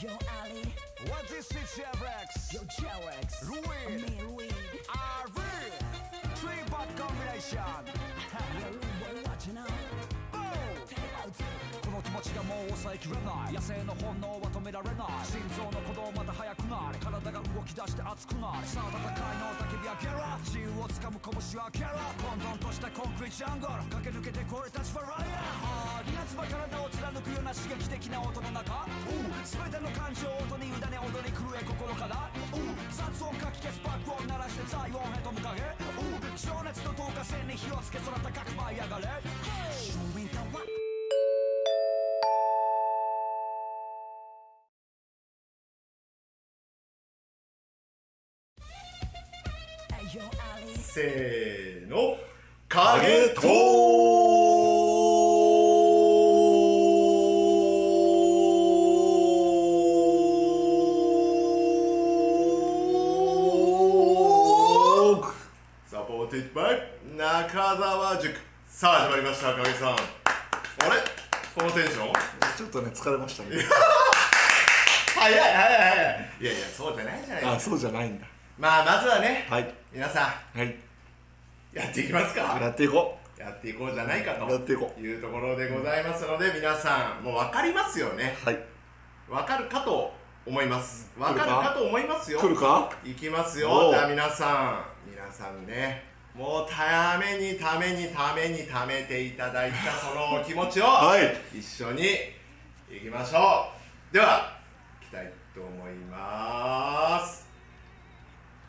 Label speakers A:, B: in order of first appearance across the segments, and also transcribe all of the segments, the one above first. A: Yo, Ali.
B: What is it, Chevrex?
A: Yo, Jarex.
B: Ruin.
A: Me, Reed.
B: RV. Three bot combination.
A: Yo, we're watching out.
B: Boom.
A: Take out it.
B: この気持ちがもう抑えきれない野生の本能は止められない心臓の鼓動また速くなり体が動き出して熱くなりさあ戦いの叫び上げろ自由をつかむ拳を開けろ混沌としたコンクリートジャングル駆け抜けてこれたちファライヤーハーリナツバ体を貫くような刺激的な音の中全ての感情を音に委ね踊り狂え心から雑音かき消すバックを鳴らしてザイオンへと向かえ情熱の透過線に火をつけ空高く舞い上がれ Showing the w
C: せーの影トークサポーティッドバイ中澤塾さあ始まりました影さんあれこのテンション
D: ちょっとね疲れましたね
C: 早い早い早いいやいやそうじゃないじゃない
D: あそうじゃないんだ
C: まあまずはね、
D: はい
C: 皆さ
D: はい
C: んやっていきますか
D: やっていこ
C: やっていこうじゃないかと
D: やっていこう
C: いうところでございますので皆さんもう分かりますよね
D: うはい
C: 分かるかと思います分かる
D: 来るか
C: かと思いますよ
D: 来るか
C: いきます
D: お
C: よ
D: う
C: じゃあ皆さん皆さんねもうためにためにためにためていただいたそのお気持ちを、
D: はい
C: 一緒にいきましょうでは行きたいと思います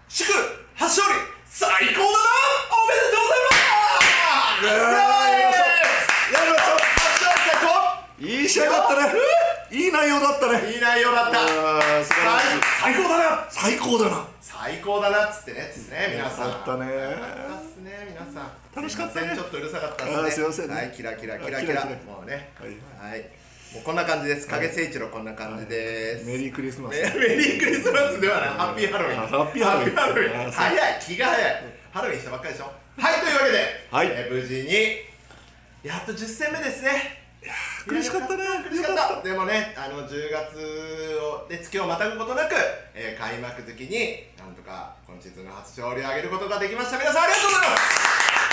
C: 祝初勝利最高だなおめでとうございます
D: イエー
C: イエ
D: イ
C: ーイ
D: やりましょ
C: 初勝利最
D: ういい試合だったねいい内容だった
C: 高
D: ね
C: いい内容だった
D: あー素晴らしい
C: 最高だな
D: 最高だな
C: 最高だなっつってねっつってね皆さん
D: よかったね
C: よかったっすね皆さん
D: 楽しかったね
C: すいませんちょっとうるさかった
D: あー
C: っす
D: すい
C: ね
D: ませんね
C: はいキラキラキラキ
D: あ
C: ラ
D: キラキラ
C: もうね
D: はい
C: はいもうこんな感じです影誠一郎こんな感じです
D: メリークリスマス
C: メメリークリスマスではないハッピーハロウィン
D: あハッピーハロウィン
C: ハッピーハロウィ
D: あ
C: ン
D: そう
C: 早い気が早いハロウィンしたばっかりでしょはいというわけで、
D: はい
C: えー無事にやっと10戦目ですね
D: 苦しかったね
C: 苦しかったでもねあの10月をで月をまたぐことなく、えー開幕月になんとか今シーズンの初勝利を挙げることができました皆さんありがとうございます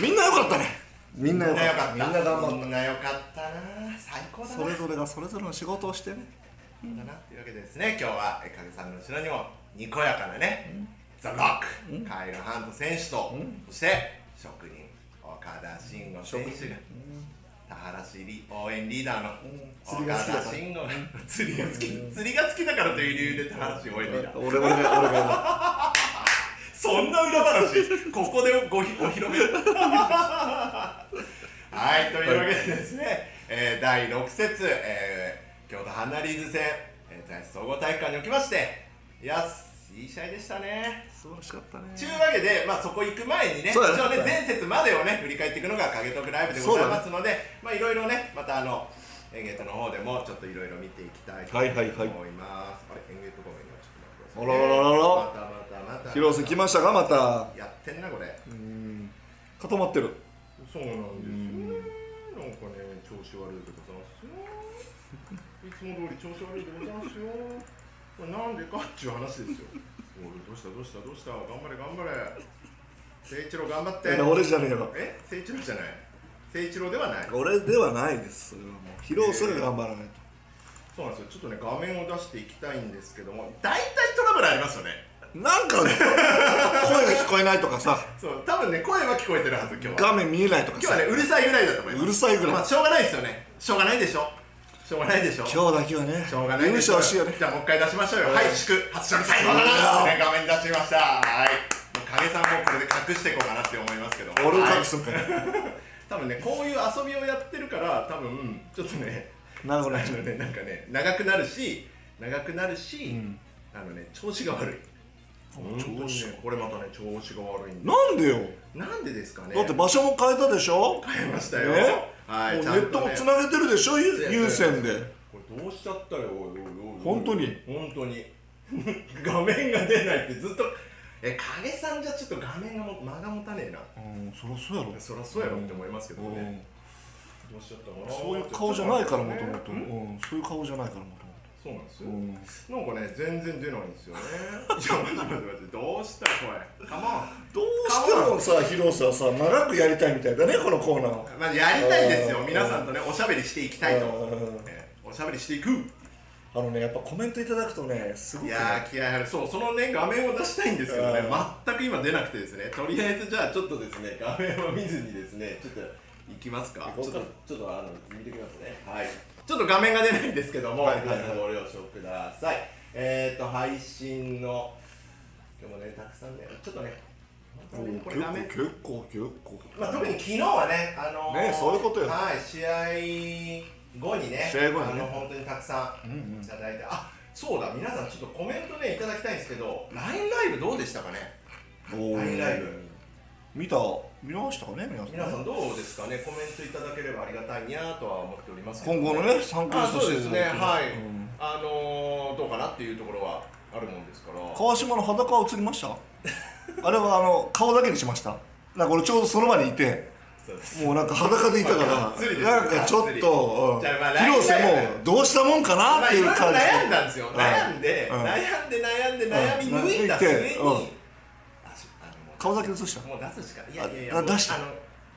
D: みんな良かったねみんな
C: み
D: 良
C: ん
D: か
C: なよ
D: った
C: かった
D: みんな頑張
C: み
D: っ
C: んなよかったな最高だ
D: た
C: な
D: それぞれがそれぞれの仕事をしてね
C: だなというわけでですね今日はえー影さんの後ろにもにこやかなね、ザ・ロック、カイル・ハント選手と、そして職人岡田慎吾選手が、田原市り応援リーダーの
D: 釣りが
C: 岡
D: 好きだから
C: 田慎吾が釣りが好き釣りが好きだからという理由で田原市応援リーダー
D: 俺俺が俺が
C: そんな裏話、ここでごひお披露目。はい、というわけでですね、えー第6節、えー京都ハンナリーズ戦、えー、総合体育館におきまして、いや、いい試合でしたね。
D: 素晴らしかったね
C: というわけで、まあ、そこ行く前にね、一
D: そうだね
C: 応ね、前節までをね、振り返っていくのが影トークライブでございますので、まあ、いろいろね、またあの、エンゲートの方でもちょっといろいろ見ていきたいと思います。
D: はいはいは
C: あ
D: い
C: れ、エンゲートごめんなさいちょっと待ってください、
D: あららららら
C: またまたまた。
D: 広瀬来ましたかまた
C: やってんなこれ
D: 固まってる
C: そうなんですねなんかね調子悪いでございますよいつも通り調子悪いでございますよこれなんでかっちゅう話ですよおいどうしたどうしたどうした頑張れ頑張れ誠一郎頑張って
D: いや俺じゃねえよ
C: え誠一郎じゃない誠一郎ではない
D: 俺ではないですそれはもう広瀬が頑張らないと
C: そうなんですよちょっとね画面を出していきたいんですけども大体トラブルありますよね
D: なんかね声が聞こえないとかさ
C: そう多分ね声は聞こえてるはず今日は
D: 画面見えないとか
C: 今日は
D: さ
C: ねうるさいぐらいだと思います
D: うるさいぐらい
C: まあしょうがないですよねしょうがないでしょしょうがないでしょ
D: 今日だけはね
C: しょうがない
D: 許
C: で
D: し
C: してょ
D: ほしいよね
C: じゃあもう一回出しましょうよ、
D: うん
C: はい祝初勝利最後だなってね画面に出してみましたはいもう影さんもこれで隠していこうかなって思いますけど
D: 俺を
C: はい
D: 隠すんかい
C: 多分ねこういう遊びをやってるから多分ちょっとね
D: なるほど
C: あのねなんかね長くなるし長くなるし、
D: ん
C: あのね調子が悪い本当にねこれまたね調子が悪いんで
D: なんでよ
C: なんでですかね
D: だって場所も変えたでしょ
C: 変えましたよ、
D: ね
C: はい
D: もう
C: ち
D: ネ
C: ゃんと、ね、
D: ットもつなげてるでしょゆ有線で
C: これどうしちゃったよおいおいおいおい
D: 本当に
C: 本当に 画面が出ないってずっとえ影さんじゃちょっと画面がも間が持たねえな
D: うんそりゃそうやろ
C: そりゃそうやろって思いますけどね、どうしちゃったかな
D: そういう顔じゃないからもともと、
C: う
D: うんん、そういう顔じゃないからもとも
C: そうなんです
D: と、
C: よ、
D: うん、
C: なんかね全然出ないんですよねいや待って待って待ってどうしたこれカモン
D: どうしてもさ広瀬はさ長くやりたいみたいだねこのコーナーを
C: まあ、やりたいですよ
D: う、ん
C: 皆さんとね、おしゃべりしていきたいと、
D: うん
C: ねおしゃべりしていく、
D: あのねやっぱコメントいただくとねすごく
C: い
D: ね
C: やー、気合い入る、そう、そのね、画面を出したいんですけどね
D: うん、
C: 全く今出なくてですね、とりあえず、じゃあ、ちょっとですね、画面を見ずにですね、ちょっといきますか、
D: 行
C: ち
D: こ
C: ょっ
D: うか
C: と、ちょっとあの見てきますね、はい、ちょっと画面が出ないんですけども、
D: はいはいはい
C: ご了承ください。えーと、配信の、今日もね、たくさんね、ちょっとね、本当にねこれ
D: 結
C: 画
D: 構
C: 面
D: 結構結構
C: まあ、特に昨日はね、あのー
D: ねそういうことよ
C: はい、試合後にね、
D: 試合後にね
C: あの本当にたくさん
D: うんうん
C: いただいて、あそうだ、皆さん、ちょっとコメントね、いただきたいんですけど、LINE ライブどうでしたかね、
D: おー
C: LINE ライブ、
D: 見た見ましたかね皆さん
C: 皆さんどうですかね、コメントいただければありがたいにゃとは思っておりますけど
D: 今後のね参考
C: あ
D: にさ
C: そう
D: せ
C: で
D: てい
C: す
D: た
C: ね、
D: だいて
C: はい、
D: うん
C: あのーどうかなっていうところはあるもんですから、
D: 川島の裸は映りました あれはあの顔だけにしましたなんか俺ちょうどその場にいて
C: そうです
D: もうなんか裸でいたか
C: がっつりですね
D: らなんかちょっと、うん
C: じゃあまあ
D: 広瀬
C: ライブ
D: もどうしたもんか
C: ま
D: なっ
C: あ、
D: て
C: い
D: いう
C: ろいろ
D: 感じ
C: 悩んだんですよ、
D: うん
C: 悩んで、
D: うん
C: 悩んで、悩んで、悩み
D: うん
C: 抜いた末に、
D: うん
C: あしあのもう
D: 顔だけ映した
C: もう出すしかいやいやいやも
D: あ
C: う
D: 出した
C: あの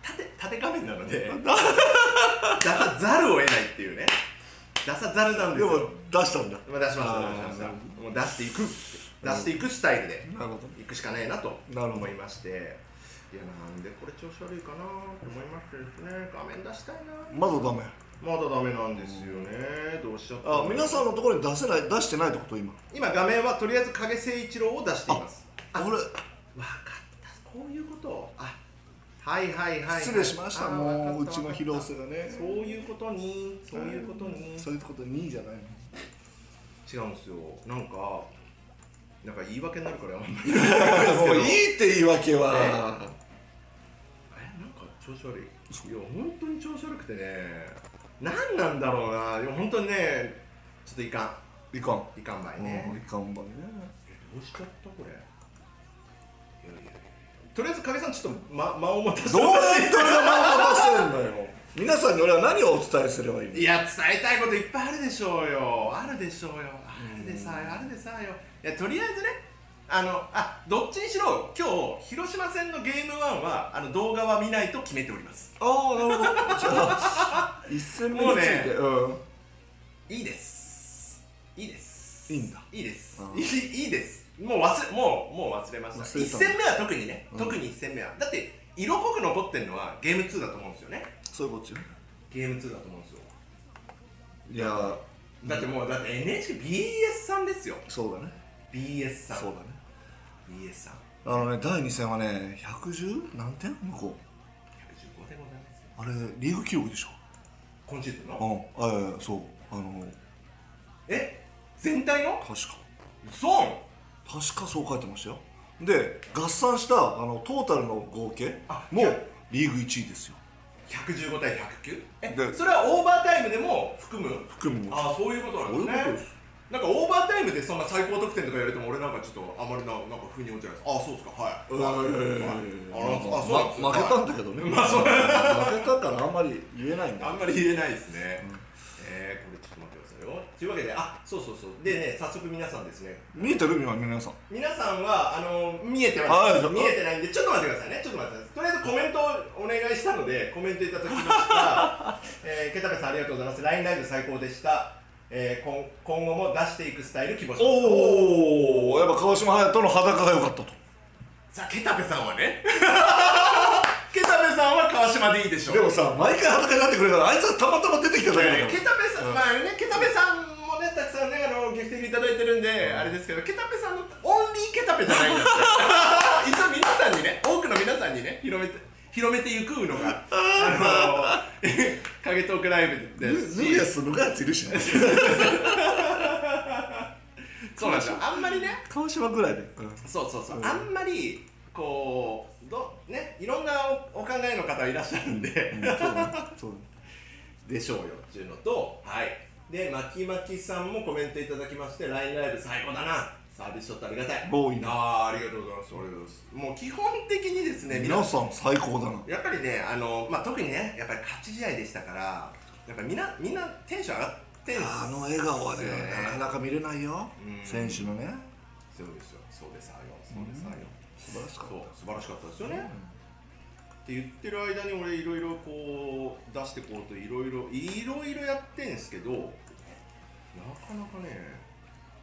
C: 縦縦画面なので出さざるを得ないっていうね出さざるなんです
D: でも
C: よ
D: 出したんだ
C: まあ、出しました
D: あ
C: 出
D: ー
C: しましたもう出していく出していくスタイルで
D: なるほど
C: いくしかねえなと
D: なるほど
C: 思いましていやなんでこれ調子悪いかなと思いましてですね画面出したいな
D: まだダメ
C: まだダメなんですよねどうしちゃった
D: あ皆さん
C: の
D: のところに出せない出してないってこと今
C: 今画面はとりあえず影誠一郎を出していますあ
D: 俺
C: 分かったこういうことあはいはいはい
D: 失礼しました
C: あーわ
D: も
C: か
D: う
C: っ
D: う
C: た
D: ちの広瀬
C: わか
D: がね
C: ったそういうことにそういうことに違うんです
D: そういうことにじゃないの
C: よなんかなんか言い訳になるからあんまり
D: もういいって言い訳は、
C: ねえなんか調子悪いいや本当に調子悪くてね何なんだろうないや本当にねちょっといか
D: いかん、
C: んいかんばい
D: うんい
C: ね
D: かんばいね
C: えどうしちゃったこれいやいやいやとりあえず影さんちょっと、ま、間を持たせ
D: どうやって俺がまんませんのよ皆さんに俺は何をお伝えすればいいの
C: いや伝えたいこといっぱいあるでしょうよあるでしょうよあるでさあるでさよいやとりあえずねあのあどっちにしろ今日広島戦のゲームワンはあの動画は見ないと決めております
D: ああなるほどじゃあ一戦目についてう,、
C: いいですいいです
D: いいんだ
C: いいです
D: うん
C: いいいいですもう忘れもうもう忘れました
D: 忘れ
C: 1
D: た
C: 戦目は特にね、
D: うん
C: 特に1戦目はだって色濃く残ってるのはゲーム2だと思うんですよね
D: そういうことよ
C: ゲーム2だと思うんですよ
D: いや
C: だってもうだって NHKBS さんですよ
D: そうだね
C: BS さん
D: そうだね
C: BS さん
D: あのね第2戦はね110何点向こう
C: 115でございます
D: あれリーグ記録でしょ
C: 今シーズン
D: う
C: の
D: んあえそうあの
C: え全体の
D: 確か
C: そう
D: 確かそう書いてましたよで合算したあのトータルの合計
C: あ
D: も
C: いや
D: うリーグ1位ですよ
C: 115対 109? え
D: で
C: それはオーバータイムでも含む
D: 含むも
C: ああそういうことなんですね
D: そういうことです
C: なんかオーバータイムでそんな最高得点とかやれても俺なんかちょっとあまりななんか腑に落ちないですああそうですかはい
D: うん
C: はいはいああそうなんです
D: ま負けたん
C: だ
D: だけどね、
C: まあそう
D: 負けたからあんまり言えないんだ
C: あんまり言えないですねえーこれちょっと待ってくださいよというわけであそうそうそうでね早速皆さんですね
D: 見えてる今皆さん
C: 皆さんはあの見えてま
D: は
C: す
D: い
C: 見えてないんでちょっと待ってくださいねちょっと待ってくださいとりあえずコメントをお願いしたのでコメントいただきま した、えー、ケタベさんありがとうございます LINE ライブ最高でした、えー、今今後も出していくスタイル希望します
D: おおやっぱ川島隼人の裸が良かったと
C: さあケタベさんは ねケタベさんは川島でいいでしょう
D: でもさ毎回裸になってくれたらあいつはたまたま出てきただけだよ
C: ケタベさん、まあねケタベさんもねたくさんねあのギフティングいただいてるんで、あれですけどケタベさんのオンリーケタベじゃないんだって 一応皆さんにね多くの皆さんにね広めて広めていくのがあの影トークライブで
D: ル
C: す
D: ルイヤスのやついるしね
C: そうなんですよあんまりね
D: 川島ぐらいで、
C: そうそうそう、
D: うん
C: あんまりこうどねいろんなおお考えの方いらっしゃるんで、
D: うんそうだねそうだね
C: でしょうよっていうのとはいでまきまきさんもコメントいただきまして LINE ライブ最高だなサービスショットありがたい
D: 多いな
C: あーありがとうございますありがとうございますもう基本的にですね皆
D: 皆さん最高だな
C: やっぱりね、あのまあ、特にね、やっぱり勝ち試合でしたから、やっぱりみんな、みんなテンション上がってるんですよ
D: あの笑顔は
C: そ
D: ね
C: うですよね
D: なかなか見れないよ
C: うん
D: 選手のね
C: そうですよ、そうです、あよ、そうです、あよ、
D: 素晴らしかっ
C: そう、素晴らしかったですよね。って言ってる間に、俺、いろいろこう、出してこうと、いろいろ、いろいろやってんですけど、なかなかね、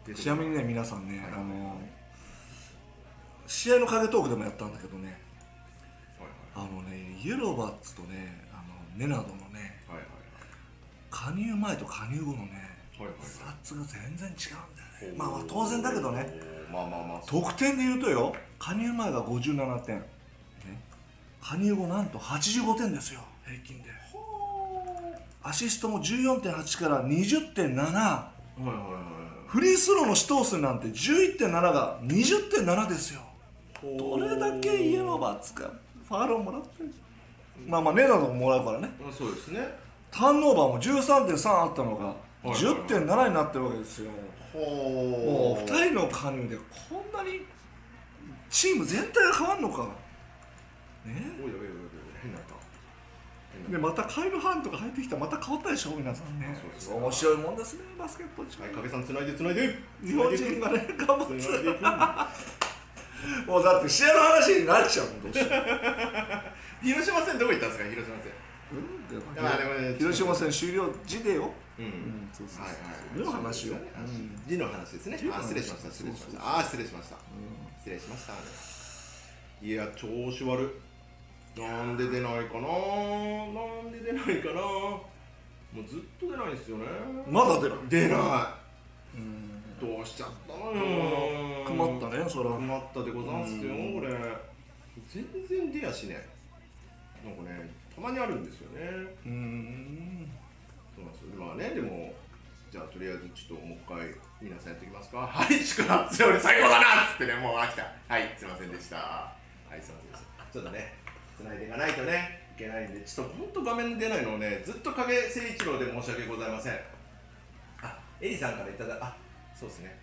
C: 出
D: た
C: てこ
D: ちなみにね、皆さんね
C: はい
D: あの試合の影トークでもやったんだけどね
C: はい
D: あのねユロバッツとねあのネナドのね
C: はいはい
D: 加入前と加入後のね
C: はいはいはい
D: スタッツが全然違うんだよねまあ
C: はい
D: まあ当然だけどね、
C: おーまあまあまあ、そう
D: 得点で言うとよ加入前が57点、ね、加入後なんと85点ですよ平均でアシストも14.8から20.7
C: はいはいはいはい
D: フリースローの死闘数なんて11.7が20.7ですよどれだけイエローバーツかファールをもらってるまあまあネナドももらうからね
C: あそうですね。
D: ターンオーバーも13.3あったのが
C: はいはいはい
D: 10.7になってるわけですよも
C: ほ
D: う
C: ー
D: 2人の加入でこんなにチーム全体が変わるのかね
C: おいおいおいおいおい変な顔変
D: で
C: な
D: またカイル・ハーンとか入ってきたらまた変わったでしょ皆さんね
C: そうです
D: 面白いもんですねバスケット
C: はい影さん繋いで繋いで
D: 日本人がね頑張
C: 繋いで
D: っ
C: 繋いで
D: てもうだって試合の話になっちゃうもんどうしよう
C: 広島戦どこ行ったんですか広島戦
D: うんで
C: まあでもね
D: 広島戦終了時でよ
C: うん、
D: うんそうそうそう
C: はいはい
D: 字の話
C: そ
D: よ
C: うですね字の話ですね
D: 字の
C: あ
D: 話
C: 失礼しました失礼しま
D: そうそう
C: し
D: そう
C: たあ失礼しました失礼しましたいや調子悪いなんで出ないかななんで出ないかなもうずっと出ないんですよね
D: まだ出ない
C: 出な
D: うん
C: いどうしちゃったのよ
D: 困ったねそら
C: 困ったでござんすよ、
D: うん
C: これ全然出やしねなんかねたまにあるんですよね
D: うん
C: そうなんですよまあねでもじゃあとりあえずちょっともう一回皆さんやっておきますか はい宿泊より最高だなっつってねもう飽きたはいすいませんでしたはいすいませんでしたちょっとね繋いでいかないとねいけないんでちょっと本当画面に出ないのをねずっと影誠一郎で申し訳ございませんあエリさんからいただあそうですね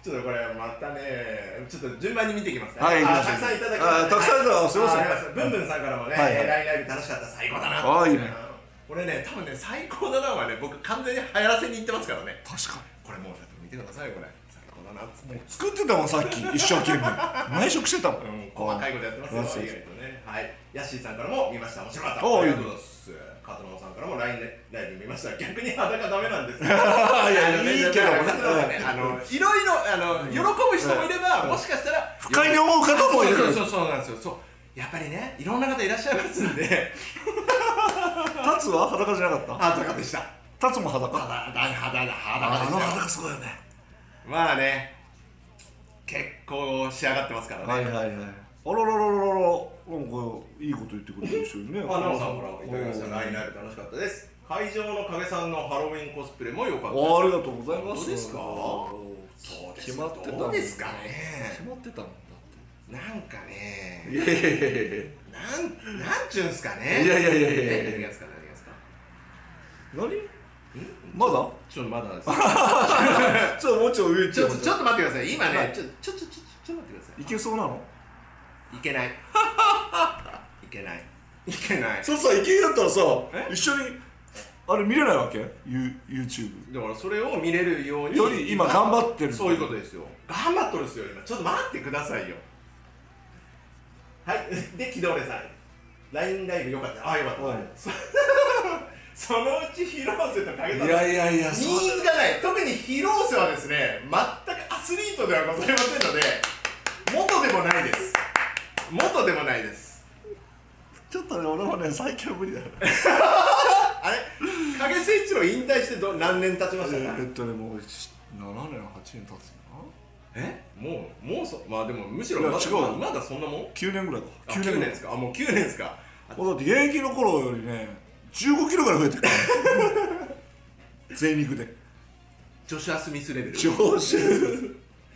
C: ちょっとこれまたねちょっと順番に見ていきますね
D: はい
C: あ
D: 行きましょう
C: たくさんいただきまし
D: あたくさんいただきましたすいませ
C: あ
D: ん
C: ありがとうございますブンブンさんからもね、
D: はいはい
C: ラインライブ楽しかった最高だな
D: あいいね
C: 俺ね多分ね最高だなはね僕完全に流行らせに行ってますからね
D: 確か
C: これもうだって見てくださいよこれ最高だなっつって
D: にもう作ってたもんさっき一生懸命内職してたもん
C: うん細かいことやって
D: そう
C: ます
D: そう
C: よ意
D: そう
C: 外とねはいヤッシーさんからも見ました面白かった
D: おう
C: ありがとうございますカトノンさんからも LINE でライブ見ました逆に裸ダメなんですけど
D: いやいいけどもね
C: ねあのいろいろあの喜ぶ人もいればもしかしたら
D: 不快に思う方もいる
C: そうそうそうそうなんですよそうやっぱりねいろんな方いらっしゃいますん で
D: タツは裸じゃなかっ
C: あとかでした
D: たタツも裸
C: 肌だ肌だ肌
D: あ
C: だ
D: の裸すごいよね
C: まあね結構仕上がってますからね、
D: はいはいはい。あらららららら、なんかいいこと言ってくれる人いるね。
C: あ奈緒さんからいただきましたラインライブ楽しかったです会場の影さんのハロウィンコスプレも良かった
D: おーありがとうございます。
C: 本当ですか
D: そうです。決まってた
C: ど
D: も。
C: うんですか
D: 決
C: ね
D: まってたもんだ
C: なんか
D: って。い
C: ね
D: やいやいやいや。
C: なんなんちゅうんすかね
D: いやいやいやいやいや
C: ね何がですか何がですか
D: 何？まだ？
C: ちょっとまだです
D: ちょっともうちょい上行っ
C: ち
D: ち
C: ょ
D: ゃ
C: っ
D: う
C: とちょっと待ってください今
D: は
C: ね
D: い
C: ちょちょちょちょちょっと待ってくださ
D: いけそうなの？
C: いいけないいけないいけ ない
D: そうさ、いけだったらさ
C: え、
D: 一緒にあれ見れないわけ？You YouTube。
C: だからそれを見れるように
D: より今頑張ってる
C: そういうことですよ頑張っとるっすよ今ちょっと待ってくださいよはい で木戸俺さん LINE ライブよかったあよかった、
D: はい
C: そ そのうち広瀬と影
D: い
C: 田
D: やいやいや、
C: ニ
D: そう。
C: ーズがない特に広瀬はですね全くアスリートではございませんので元でもないです元でもないです
D: ちょっとね、俺はね、最近は無理だよ。
C: あれ影誠一郎引退してど何年経ちましたか
D: えっとね、もうし7年、8年経つよな。
C: えもうもうそまあでもむしろ
D: いや
C: まだ
D: 違うよ
C: まだそんなもん
D: 9年ぐらいか。
C: あ9年ですかあもう9年ですかあ
D: もうだって現役の頃よりね15キロぐらい増えてるから贅肉で
C: ジョシュア・スミスレベル
D: 上手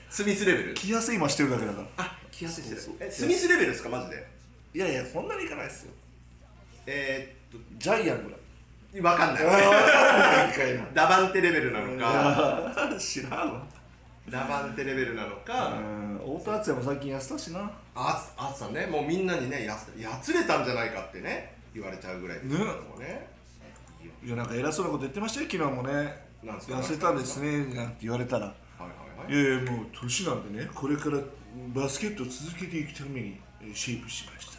C: スミスレベル
D: 着やすい今してるだけだから
C: あ気安いしてる
D: そうそう
C: えスミスレベルですかマジで
D: いやいやそんなにいかないですよ
C: えー、っ
D: ジャイアンぐらい
C: と分かんない
D: ああ
C: ダバンテレベルなのか
D: 知らんわ
C: ダバンテレベルなのか、
D: うん太田敦也も最近痩せたしな
C: ああっさんねもうみんなにねやつやつれたんじゃないかってね言われちゃうぐらいですけどもねいいよ
D: いやなんか偉そうなこと言ってましたよ昨日もね
C: なんですか
D: 痩せたんですねなんて言われたら
C: はいはいは
D: い
C: い
D: やいやもう年なんでねこれからバスケットを続けていくためにえーシェイプしました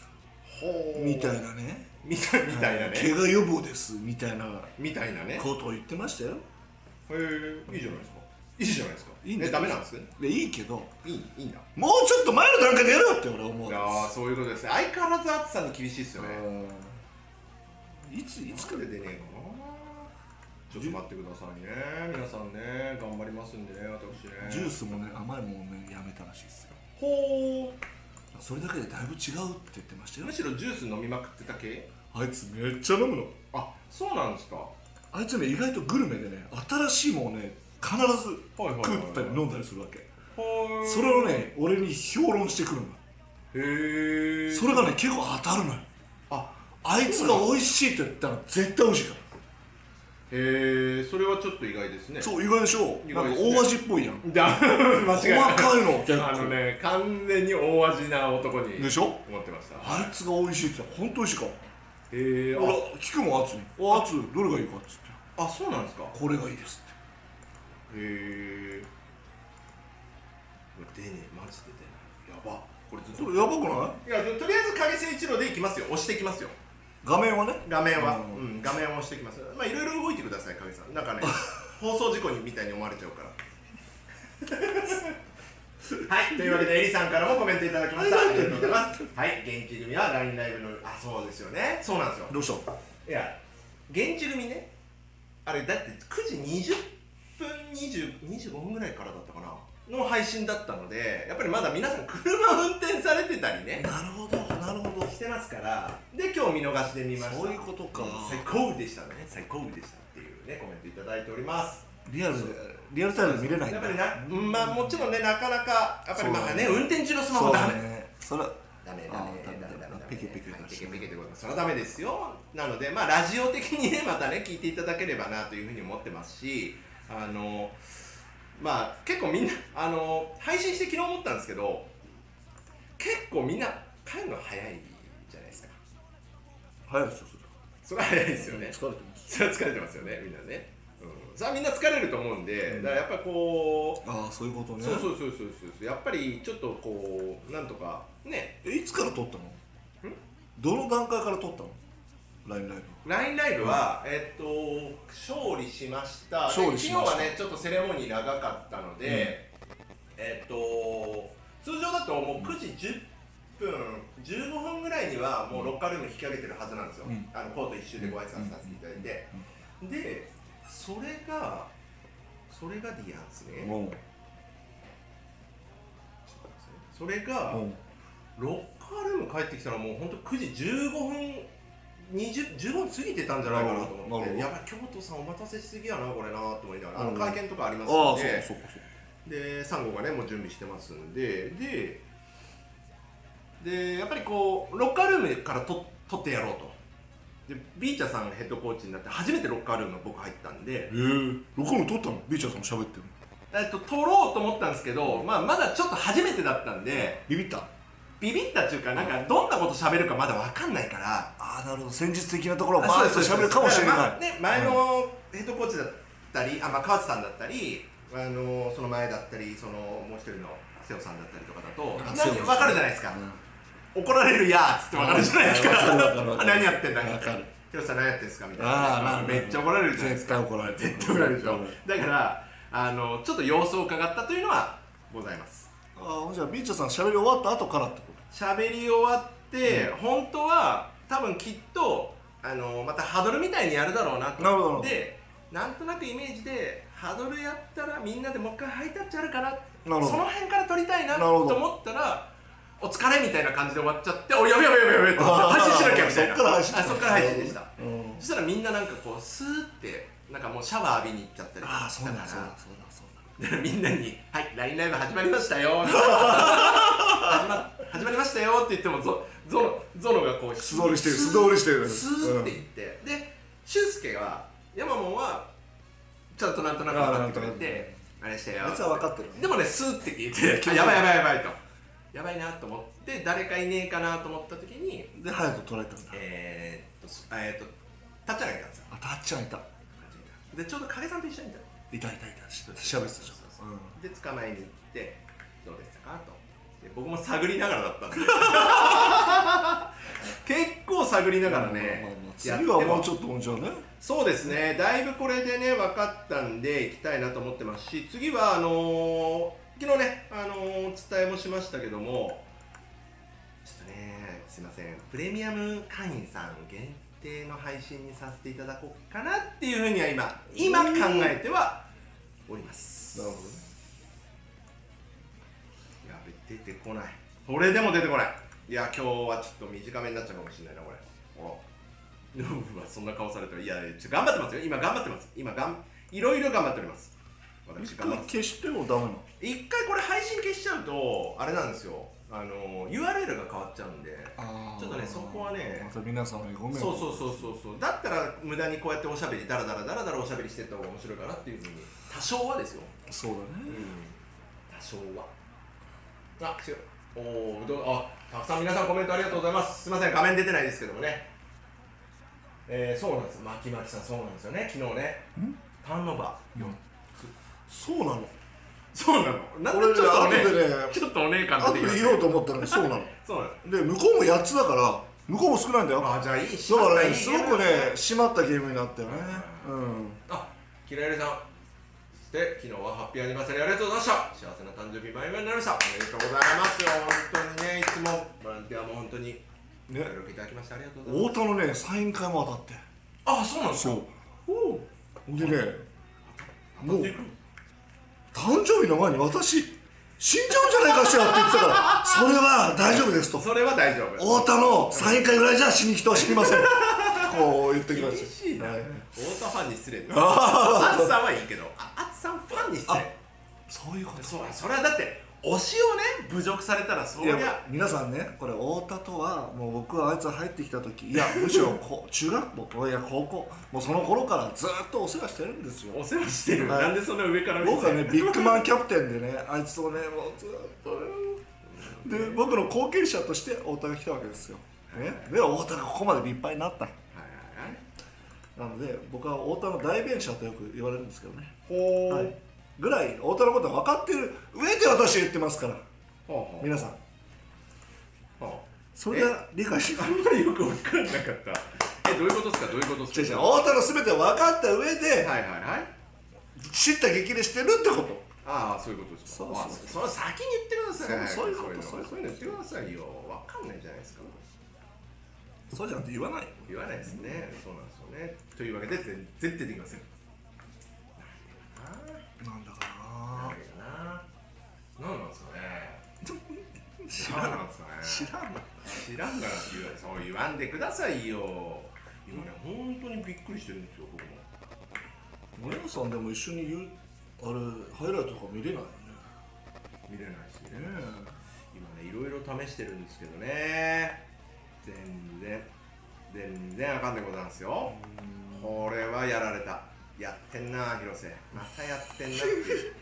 C: ほー
D: みたいなね
C: みたいみたいな
D: 怪
C: ね
D: 我予防ですみたいな
C: みたいなね
D: ことを言ってましたよ
C: へえいいじゃないですかいいじゃないですか
D: いいんだ
C: え
D: よ
C: ダメなんです
D: でいいけど
C: いいいいんだ
D: もうちょっと前の段階でやろうって俺は思うん
C: い
D: で
C: やーそういうことですね相変わらず暑さに厳しいですよね
D: すいついつか
C: 作
D: ら
C: れてねえかなちょっと待ってくださいね皆さんね頑張りますんでね私ね
D: ジュースもね甘いもんねやめたらしいですよ
C: ほー
D: それだけでだいぶ違うって言ってましたよ
C: むしろジュース飲みまくってた系
D: あいつめっちゃ飲むの
C: あそうなんですか
D: あいつね意外とグルメでね新しいもんをね必ず
C: はいはいはい
D: 食ったり飲んだりするわけ
C: は
D: それをね俺に評論してくるの
C: へえ
D: それがね結構当たるのよ
C: あ
D: あいつが美味しいと言ったら絶対美味しいか
C: へえそれはちょっと意外ですね
D: らそう意外でしょ
C: 意
D: な
C: 外
D: んか
C: ですね
D: 大味っぽいやん
C: だ 間
D: 細かいの結構
C: あのね完全に大味な男に
D: でしょ
C: 思ってました
D: あいつが美味しいって言ったら本当美味しいから
C: へえ
D: 俺聞くもんあつに「おあつどれがいいか」っつって
C: ああそうなんですかへ
D: 「これがいいです」って
C: え出ねえマジで出ないやばこれずっ
D: そ
C: と
D: れやばくない
C: いやとりあえず影誠一郎でいきますよ押していきますよ
D: 画面はね
C: 画面は、
D: う
C: うんん画面を押していきますまあいろいろ動いてください影さんなん かね放送事故にみたいに思われちゃうから はいというわけでエリさんからもコメントいただきましたありがとうございますはい現地組は LINE ライブのあそうですよねそうなんですよ
D: どうしたの
C: いや現地組ねあれだって9時20分20 25分ぐらいからだったかなの配信だったのでやっぱりまだ皆さん車運転されてたりね
D: なるほどなるほど
C: してますからで今日見逃しで見ました
D: そういうことか
C: 最高でしたね最高でしたっていうねコメントいただいております
D: リアルでリアルタイムで見れないん
C: や
D: だ
C: っぱりな、まあもちろんねなかなかやっぱりまあね
D: そうだね
C: 運転中のスマ
D: そ
C: ホ
D: う
C: ダ
D: だ
C: メ
D: ねそれ
C: ダメ
D: あ
C: ダメ
D: ー
C: ダメダ
D: ダメ
C: メ
D: ダ
C: ダ
D: メ
C: メ
D: ペケペケだし
C: はいペケペケでございますそれはダメですよなのでまあラジオ的にねまたね聞いていただければなというふうに思ってますしあのまあ結構みんなあの配信して昨日思ったんですけど結構みんな帰るの早いじゃないですか
D: 早いですよ
C: それは早いですよね
D: それ疲れてます
C: それは疲れてますよねみんなね、うん、それはみんな疲れると思うんで、だからやっぱりこ
D: ああそういうこと
C: う、
D: ね
C: そうそうそうそうそうそうやっぱりちょっとこうなんとかね
D: えいつから撮ったのどの段階から撮ったの LINE ライ
C: LINE ライブは、えっと勝利しましたで
D: 勝利しました
C: 昨日はねちょっとセレモニー長かったので、えっと通常だともう9時10分15分ぐらいにはもうロッカールーム引き上げてるはずなんですよ、
D: うん
C: あのコート一周でご挨拶させていただいて、でそれがそれがディアンスね、
D: ブも
C: それが、
D: うも
C: ロッカールーム帰ってきたらもう本当9時15分20 15分過ぎてたんじゃないかなと思っ
D: なるほ
C: て
D: ど
C: やばい京都さんお待たせしすぎやなこれなと思いながらあの
D: うん
C: 会見とかあります
D: うああ
C: の
D: そうか
C: で
D: そうかそうか
C: でサンゴがねもう準備してますんでででやっぱりこうロッカールームからと取ってやろうとでビーチャーさんがヘッドコーチになって初めてロッカールーム僕入ったんで
D: ええ録音撮ったのビーチャーさんも喋ってるの
C: えっと取ろうと思ったんですけど、まあ、まだちょっと初めてだったんで
D: ビビった
C: ビビったっていうかなんかどんなこと喋るかまだ分かんないから
D: ああなるほど戦術的なところをバ
C: あ
D: ーッと喋るかもしれ
C: だからま
D: な
C: あ
D: い
C: ね、前のヘッドコーチだったり、あまあ、川内さんだったり、あのその前だったり、そのもう一人の瀬尾さんだったりとかだ
D: あ
C: と、
D: 瀬尾
C: 何分かるじゃないですか、
D: うん
C: 怒られるやーっつって分かるじゃないですか、
D: わかるわかるわかる
C: 何やってんだみたい
D: わか
C: な
D: る、
C: 瀬尾さん、何やってんですかみたい
D: あーな
C: な
D: る、ほど
C: めっちゃ怒られるじゃないです
D: 絶
C: か、
D: 対怒られてる
C: 絶対怒られるでしょ、だからあの、ちょっと様子を伺ったというのはございます。
D: ああほんじゃあビーチャーさん喋り終わった後からってこ
C: 喋り終わって、本当は多分きっとあのまたハドルみたいにやるだろうなと
D: なるほど
C: でなんとなくイメージでハドルやったらみんなでもう一回ハイタッチあるかな
D: なるほど
C: その辺から撮りたいな
D: なる
C: と
D: ほど
C: 思ったらお疲れみたいな感じで終わっちゃっておやべやべやべやべって
D: あー
C: 配信しなきゃみたいな
D: そっから配信
C: あそっから配信でした
D: と、うん
C: そしたらみんななんかこうスーってなんかもうシャワー浴びに行っちゃったりとか
D: ああそうだ
C: した
D: そう
C: か
D: だ
C: ら
D: そうだそうだ
C: だ からみんなに「はい、LINE ライブ始まりましたよ」始ま始まりましたよ」って言ってもゾゾノゾノがこう
D: 素通りしてる素通りしてる
C: スーって言って、で俊介が山門はちゃんとなんとなく分かってくれ
D: あなんとな
C: てあれしたよ
D: あいつは分かってる
C: でもねスーって聞いてあやばいやばいやばいとやばいなと思って誰かいねえかなと思った時に
D: で隼人取られたんだ
C: えー、っとすあえー、っとたっちゃんがいたんですよ
D: あたっちゃんいた
C: でちょうど影さんと一緒にいた
D: いたいたいたししゃべってたじ
C: そうそ
D: ゃん
C: う
D: うん
C: で捕まえに行ってどうでしたかとで僕も探りながらだったんで 結構探りながら
D: まあ
C: ね
D: まあまあ、次
C: やって
D: はもうちょっともんじゃあね
C: そうですねだいぶこれでね分かったんで行きたいなと思ってますし次はあのー、昨日ね、あのー、お伝えもしましたけどもちょっとねすいませんプレミアム会員さん限定の配信にさせていただこうかなっていうふうには今今考えてはおります
D: なるほどね
C: やべ出てこないそれでも出てこないいや今日はちょっと短めになっちゃうかもしれないなこれおらうわそんな顔されてるいやちょ頑張ってますよ今頑張ってます今がんいろいろ頑張っております私
D: 一
C: 頑張
D: 回
C: ってます
D: 消してもダメなの
C: 一回これ配信消しちゃうとあれなんですよあの URL が変わっちゃうんで
D: あ
C: ーちょっとねそこはね
D: また皆様にご迷惑
C: そうそうそうそうそうだったら無駄にこうやっておしゃべりダラダラダラダラおしゃべりしてった方が面白いかなっていうふうに多少はですよ
D: そうだね
C: 多少はあ違うおーうどんあたくさん皆さんコメントありがとうございますすいません画面出てないですけどもねえー、そうなんです巻き巻きさんそうなんですよね昨日ねターンオーバー
D: そうなの
C: そうなのなん
D: 俺
C: でちょっとお
D: 後で
C: ね
D: ね
C: ちょっとおねえかな
D: あ
C: っ
D: と
C: て
D: で
C: う
D: 言おうと思ったのにそうなの
C: そうなの
D: で向こうも8つだから向こうも少ないんだよだ
C: あ
D: か
C: じゃあいいし
D: らねすごくね締まったゲームになったよねうん
C: あきらゆりさんそして昨日はハッピーアニバーサリーありがとうございました幸せな誕生日前々になりましたおめでとうございますよ本当にねいつもボランティアも本当にご
D: ね
C: 協力いただきましてありがとうございます
D: 太田のねサイン会も当たって
C: あそうなんですかおう
D: でねも
C: 当たっ
D: う
C: ていく
D: 誕生日の前に私死んじゃうんじゃないかしらって言ってたから それは大丈夫ですと
C: それは大丈夫
D: 太田のサイン会ぐらいじゃ死に人は死にません こう言ってきま
C: 厳
D: した
C: しいな
D: はい
C: 太田ファンに失礼だあつさんはいいけどああつさんファンに失礼
D: そういうこと
C: そうそれはだって推しをね侮辱されたらそ
D: い
C: りゃ
D: や皆さんねこれ太田とはもう僕はあいつが入ってきた時いやむしろこう 中学校いや高校もうその頃からずっとお世話してるんですよ
C: お世話してる
D: はい
C: なんでそんな上から見て
D: 僕はねビッグマンキャプテンでねあいつをねもうずっとねで僕の後継者として太田が来たわけですよ、ね、で太田がここまで立派になった
C: はいはいはい
D: なので僕は太田の代弁者とよく言われるんですけどね、
C: ほー
D: はい、ぐらい太田のことは分かってる上で私は言ってますから
C: ほうほう
D: 皆さん
C: ほう
D: それが理解して
C: あんまりよく分かんなかった。え、どういうことですか、どういうこと
D: 違う
C: で
D: 違う
C: すか。
D: 太田の全てを分かった上で
C: はいはいはい。
D: 叱咤激励してるってこと
C: ああ、そういうことですか。
D: そうそう
C: あその先に言ってください。
D: そうそういうこと
C: そういうの
D: そ
C: そうう
D: い
C: いううの
D: こと
C: 言ってくださいよ。わかんないじゃないですか。
D: そうじゃなくて言わないよ
C: 言わないですね。そうなんですよね。というわけで、全然出てきません。なんで
D: なんだか
C: かな。
D: な
C: なんでかな。なんなんですかね。
D: 知
C: なんなんですかね。
D: 知らん
C: 知らんからって言わそう言わんでくださいよ。今ね、本当にびっくりしてるんですよ、僕も。
D: 森野さんでも一緒に言うあれハイライトとか見れないよ
C: 見れないですね。
D: ねね
C: 今ねいろいろ試してるんですけどね全然全然あかんでございますよこれはやられたやってんな広瀬またやってんなっていう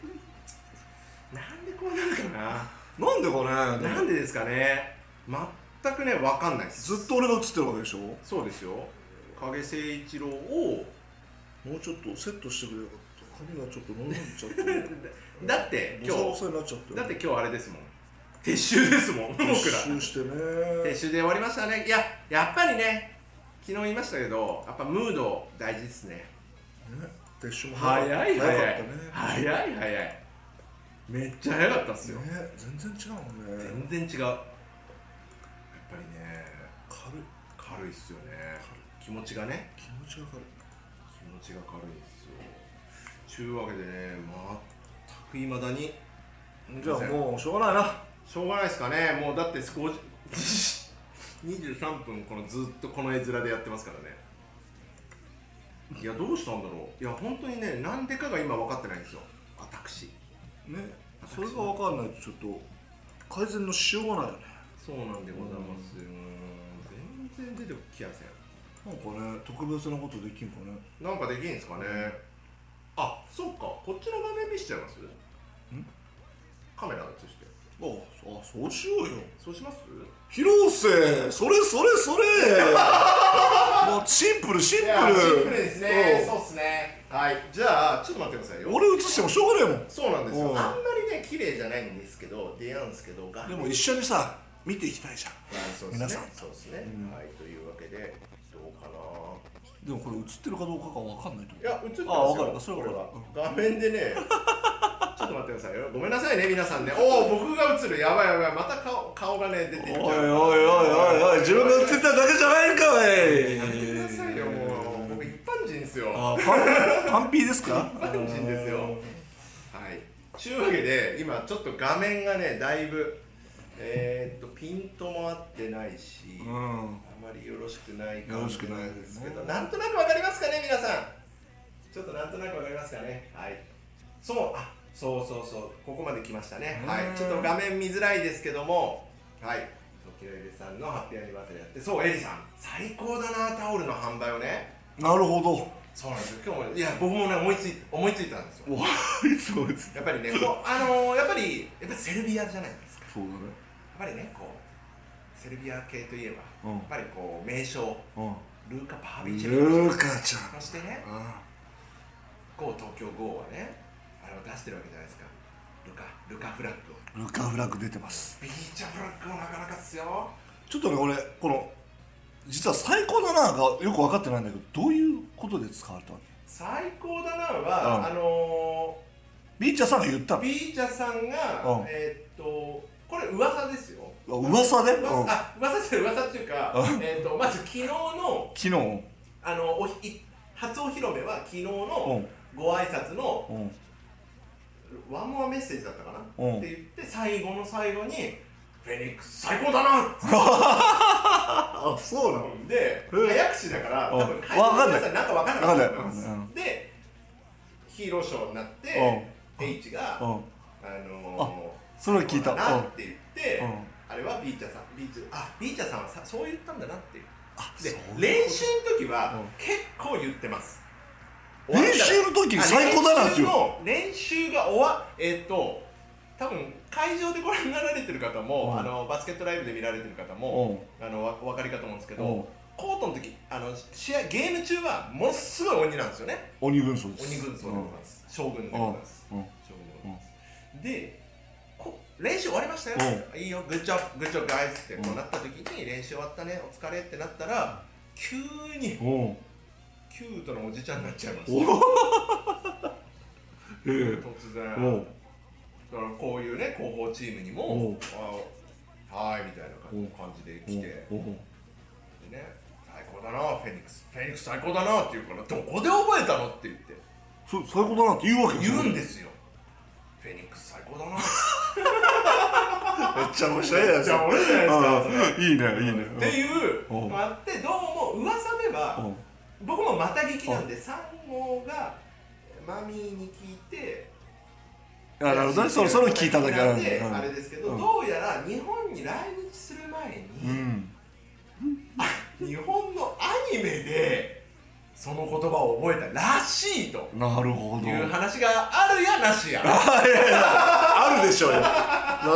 C: なんでこうなるか
D: えなんでか
C: な
D: ね
C: なんでですかね全くねわかんないです
D: ずっと俺が映ってるわけでしょ
C: そうですよ影誠一郎を
D: もうちょっとセットしてくれよかった髪がちょっと伸びちゃって
C: だって
D: ボ
C: 今
D: サボ
C: 日
D: サになっちゃって
C: だって今日あれですもん撤収ですもん僕ら
D: 撤収してね
C: 撤収で終わりましたねいややっぱりね昨日言いましたけどやっぱムード大事ですね
D: ね撤収も
C: 早い早い
D: 早
C: 早
D: か
C: い
D: ったね
C: 早い早いめっちゃ早かったっすよ、
D: ね全然違うもんね
C: 全然違うやっぱりね
D: 軽い
C: 軽いっすよね気持ちがね
D: 気持ちが軽い
C: 気持ちが軽いっすよちゅうわけでね全くいまだに
D: じゃあもうしょうがないな
C: しょうがないですかねもうだって少し 23分このずっとこの絵面でやってますからねいやどうしたんだろういや本当にねなんでかが今分かってないんですよ私
D: ねそれが分かんないとちょっと改善のしようがないよね
C: そうなんでございますよ全然出てきやせん
D: なんかね特別なことできんかね
C: なんかできんすかねあそうかこっちの画面見しちゃいますカメラ映して
D: ああそうしようよ
C: そうします
D: 広瀬それそれそれ もうシンプルシンプル
C: そうっすねはいじゃあちょっと待ってください
D: うん
C: よ
D: 俺映してもしょうがないもん
C: そうなんですよ
D: うん
C: あんまりね綺麗じゃないんですけど出会うんですけど画
D: で
C: 面
D: も一緒にさ見ていきたいじゃん
C: はいそうですね
D: 皆さん
C: そうですね、
D: うん
C: はいというわけでどうかな
D: でもこれ映ってるかどうかが分かんないと
C: いや、映ってますよ。
D: あわかるそれ
C: こ
D: は
C: れは
D: わかる。
C: 画面でね、ちょっと待ってくださいよ。ごめんなさいね、皆さんね。おお、僕が映る。やばいやばい。また顔顔がね、出てきちゃう。
D: 思うおいおいおいおい自分が映ってただけじゃないんかい
C: やめてくださいよ、もう。僕、一般人ですよ。は
D: あパンパ ンピーですか
C: 一般人ですよい。というわけで、今、ちょっと画面がね、だいぶ、えー、っと、ピントも合ってないし、
D: う
C: あ
D: ん
C: まりよろしくない
D: よ
C: 感
D: ろ
C: じ
D: しくない
C: ん
D: で
C: ですす
D: ね
C: けど、なんとなくわかりますかね、皆さん。ちょっとなんとなくわかりますかね。はい。そう、あ、そうそうそう、ここまで来ましたね。は
D: うーん
C: い。ちょっと画面見づらいですけども、はい。時のゆりさんのハッピーアニバーサリーやって、そう、エリさん、最高だな、タオルの販売をね。
D: なるほど
C: そうなんですよ。今日も、いや、僕もね、思いつい、思いついたんですよ。
D: わいつもです
C: やっぱりね、こう、あのーやっぱり、やっぱりセルビアじゃないですか。
D: そう
C: やっぱりね、こう、セルビア系といえば、
D: うん
C: やっぱりこう、名称、
D: だね
C: ルーカ・パー
D: う
C: ビ
D: ん
C: チェ
D: ル
C: ビ
D: ーカち
C: そしてね
D: ゃ、んうん
C: こう東京ゴーはね、あれを出してるわけじゃないですか。ルカ、ルカフラッグを。
D: ルカフラッグ出てます
C: ビーチャブラックもなかなかっすよ
D: ちょっとね俺この実は最高だながよく分かってないんだけどどういうことで使われたわけ
C: 最高だなは、
D: うん
C: あの
D: ビーチャーさんが言った
C: ー、
D: の
C: ビーチャさんが、
D: うん
C: えーっとこれ噂ですよ
D: あ噂で、うん、
C: 噂
D: 昨
C: あ噂っていう噂っていうか
D: う、
C: えーっとまず昨日の
D: 日うん
C: あのおひい初お披露目は昨日のご挨拶の
D: うん
C: ワンモアメッセージだったかな、
D: うん
C: って言って最後の最後に「フェニックス最高だな!」
D: あそうなの
C: で
D: うん
C: 早口だから
D: うん
C: 多分会場の皆さんなんか分からなかったと思いま
D: わ
C: す
D: かんない
C: でヒーローショーになって
D: うん
C: H が
D: う
C: あ
D: ん
C: のー
D: それは聞いた
C: そうだなって言って
D: うん
C: あれはビーチャさんビーチャあビーチャさんはさそう言ったんだなっていう
D: あ
C: で
D: そう
C: 練習の時は
D: うん
C: 結構言ってます
D: 練習の時に最高だなっていう
C: あ練習の練習が終わえっと多分会場でご覧になられてる方
D: うん
C: もあのバスケットライブで見られてる方もあのわお分かりかと思うんですけ
D: うん
C: どコートの時あの試合ゲーム中はものすごい鬼なんですよね
D: 鬼軍曹です
C: 鬼軍曹でございます将軍でございます
D: うんうん
C: 将軍でございますでこ練習終わりましたよいいよグッジョブグッジョブガイズってこうなった時に練習終わったねお疲れってなったら急に
D: うん
C: キュートなおじちゃんになっちゃいました
D: お
C: 突
D: ええう
C: 然
D: ん
C: だからこういうね広報チームに
D: お
C: も
D: う
C: あはーいみたいな感
D: お
C: 感じで
D: う
C: 来て
D: んうん
C: でね、最高だな、フェニックス、フェニックス最高だなって言うから、どこで覚えたのって言って、
D: そ最高だなって言うわけ
C: 言うんですすよ、フェニックス最高だなっ
D: めっちゃ面白いやつ
C: めっちゃ面白いやつだ
D: うんいいねいいね
C: ていう
D: おう
C: のがあって、どうも噂で
D: うん
C: は、僕もまた聞きなんで、サンゴがマミーに聞いて、
D: うんあなるほどねそれそれを聞いただけ
C: な
D: なんん
C: で、
D: だ
C: あれですけど、
D: うん
C: どうやら日本に来日する前
D: う
C: に、
D: ん
C: 日本のアニメで、その言葉を覚えたらしいと
D: なるほど
C: いう話があるやなしや。
D: あいやいやあるでしょうよな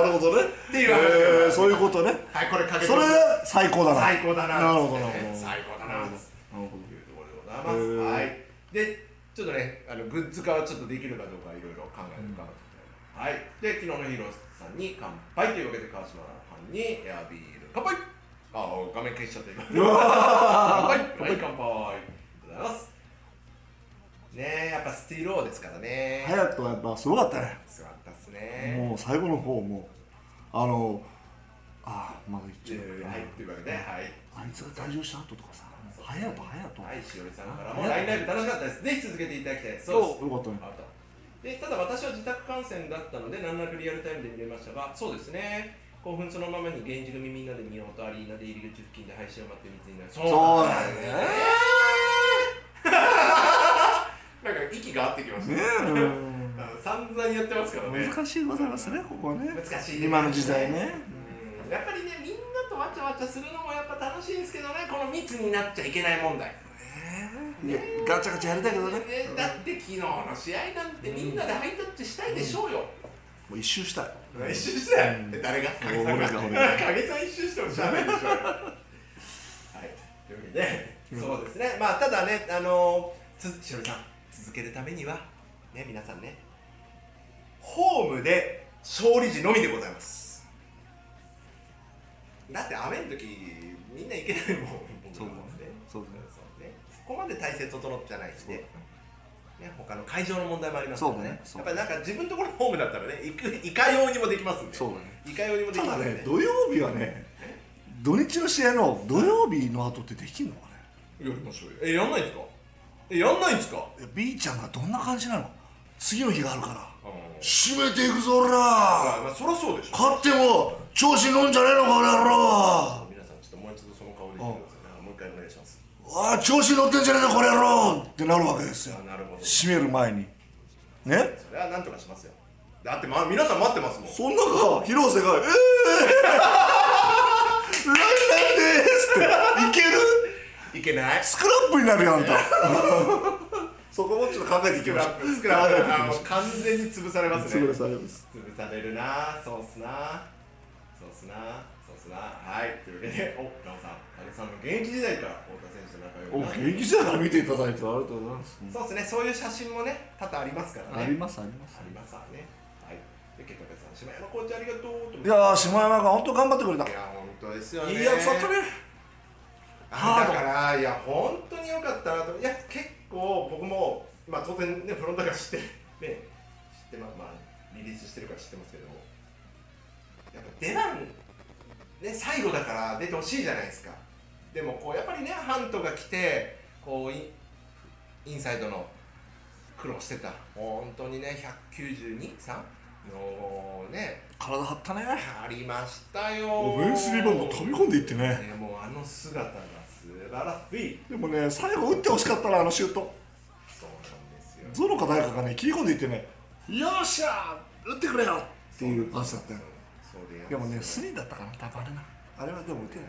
D: るほどね
C: ていう話があります
D: えーそういうことね
C: はい、これかけて
D: それ最高だな
C: 最高だな
D: なるほどなるほど
C: 最高だな
D: なる
C: っ
D: ほ
C: て
D: どなるほ
C: いうところでございます、
D: へー
C: はいでちょっとねあのグッズ化はちょっとできるかどうかいろいろ考えるか、はいで昨日のヒーローさんに乾杯というわけで川島さんにエアビール乾杯あ画面消しちゃって乾杯乾杯乾杯ございますねえやっぱスティール王ですからね
D: ど隼人はやっぱすごかったね
C: すごかったっすね
D: もう最後の方もうあのあーまだ言っ
C: と
D: ちゃ
C: いうはいというわけではい
D: あいつが退場した後とかさ隼人隼人
C: はい、しおりさんからもラインライブ楽しかったです。ぜひ続けていただきたいです。
D: そうよかったね
C: あとでただ私は自宅観戦だったので、難なくリアルタイムで見れましたが、そうですね。興奮そのままに現地組みんなで見ようとアリーナで入り口付近で配信を待って水になる。そ
D: そう
C: な
D: だ
C: ん
D: よね
C: だよね。 なんか息が合ってきました
D: ね
C: ね。
D: え
C: あの 散々やってますからね。
D: 難しいございますねここはね
C: 難しいね
D: 今の時代ね
C: うんやっぱりね、みんなとわちゃわちゃするのもやっぱ楽しいんですけどね、この密になっちゃいけない問題。
D: いやガチャガチャやりたいけどね
C: ねだって昨日の試合なんてみんなでハイタッチしたいでしょうよ、
D: もう一周したい
C: 一周したよ、誰が影さんが
D: 俺が俺 が
C: 影さん一周してもしゃあないでしょうよはいというわけで、そうですねまあただねあのつしろみさん続けるためにはね皆さんねホームで勝利時のみでございますだって雨の時みんな行けないもん僕らも
D: そうだね
C: そうねそこまで体制整ってないしねね、他の会場の問題もありますからね
D: そう
C: やっ
D: だ
C: ぱり
D: ね
C: なんか自分のところのホームだったらね行くいかようにもできますんで
D: そうだね
C: いかようにもでき
D: た
C: ま
D: だ
C: すんで、
D: ね 土曜日はね土日の試合の土曜日の後ってできんのか
C: や
D: ね
C: りましょうよえやんないんですかえやんないんですか
D: いや B ちゃんがどんな感じなの次の日があるから
C: あの
D: 締めていくぞ俺ら
C: あまあそりゃそうでしょ
D: 勝っても調子乗んじゃねえのか俺らは
C: 皆さんちょっともう一度その顔で言ってくださいねもう一回お願いします
D: ああ調子乗ってんじゃねえのこれ野郎ってなるわけですよ
C: あなるほどそ
D: 締める前にね
C: れはなんとかしますよだって、まあ、皆さん待ってますもん
D: そん中広瀬 が「ええー!」「ライライです」っていける
C: いけない
D: スクラップになるよあんた そこもちょっと考えてい
C: ス
D: き
C: ク
D: ま
C: ラ
D: しょ
C: ップ
D: う
C: スクラップあ
D: 考
C: の完全に潰されます
D: え
C: ね
D: ていきましょう潰されます
C: 潰されるなそうっすなそうっすなそうっすなはいというわけでおなおさん影さんの現役時代から太田選手と仲良く
D: お
C: なって
D: 元気時代から見ていただいてありがとうございます
C: そうですねそういう写真もね多々ありますからね
D: ありますあります
C: ありますわねはいで結果さん島山コーチありがとうと思って
D: いやー下山が本当頑張ってくれた
C: いや本当ですよね
D: いい役さったね
C: あだからいや本当に良かったなといや結構僕もまあ当然ねフロントが知ってるね知ってますまあリリースしてるから知ってますけどやっぱ出番ね最後だから出てほしいじゃないですかでもこうやっぱりねハントが来てこうインインサイドの苦労してた本当にね192さんのね
D: 体張ったね
C: ありましたよ
D: オフェンスリバウンド飛び込んでいってね
C: ねもうあの姿が素晴らしい
D: でもね最後打ってほしかったなあのシュート
C: そうなんですよ
D: ゾノか誰かがね切り込んでいってねよっしゃー打ってくれよっていうパスだったよ
C: そうでや
D: でもね
C: す
D: ス
C: よ
D: リーだったかな多分あれなあれはでも打てないい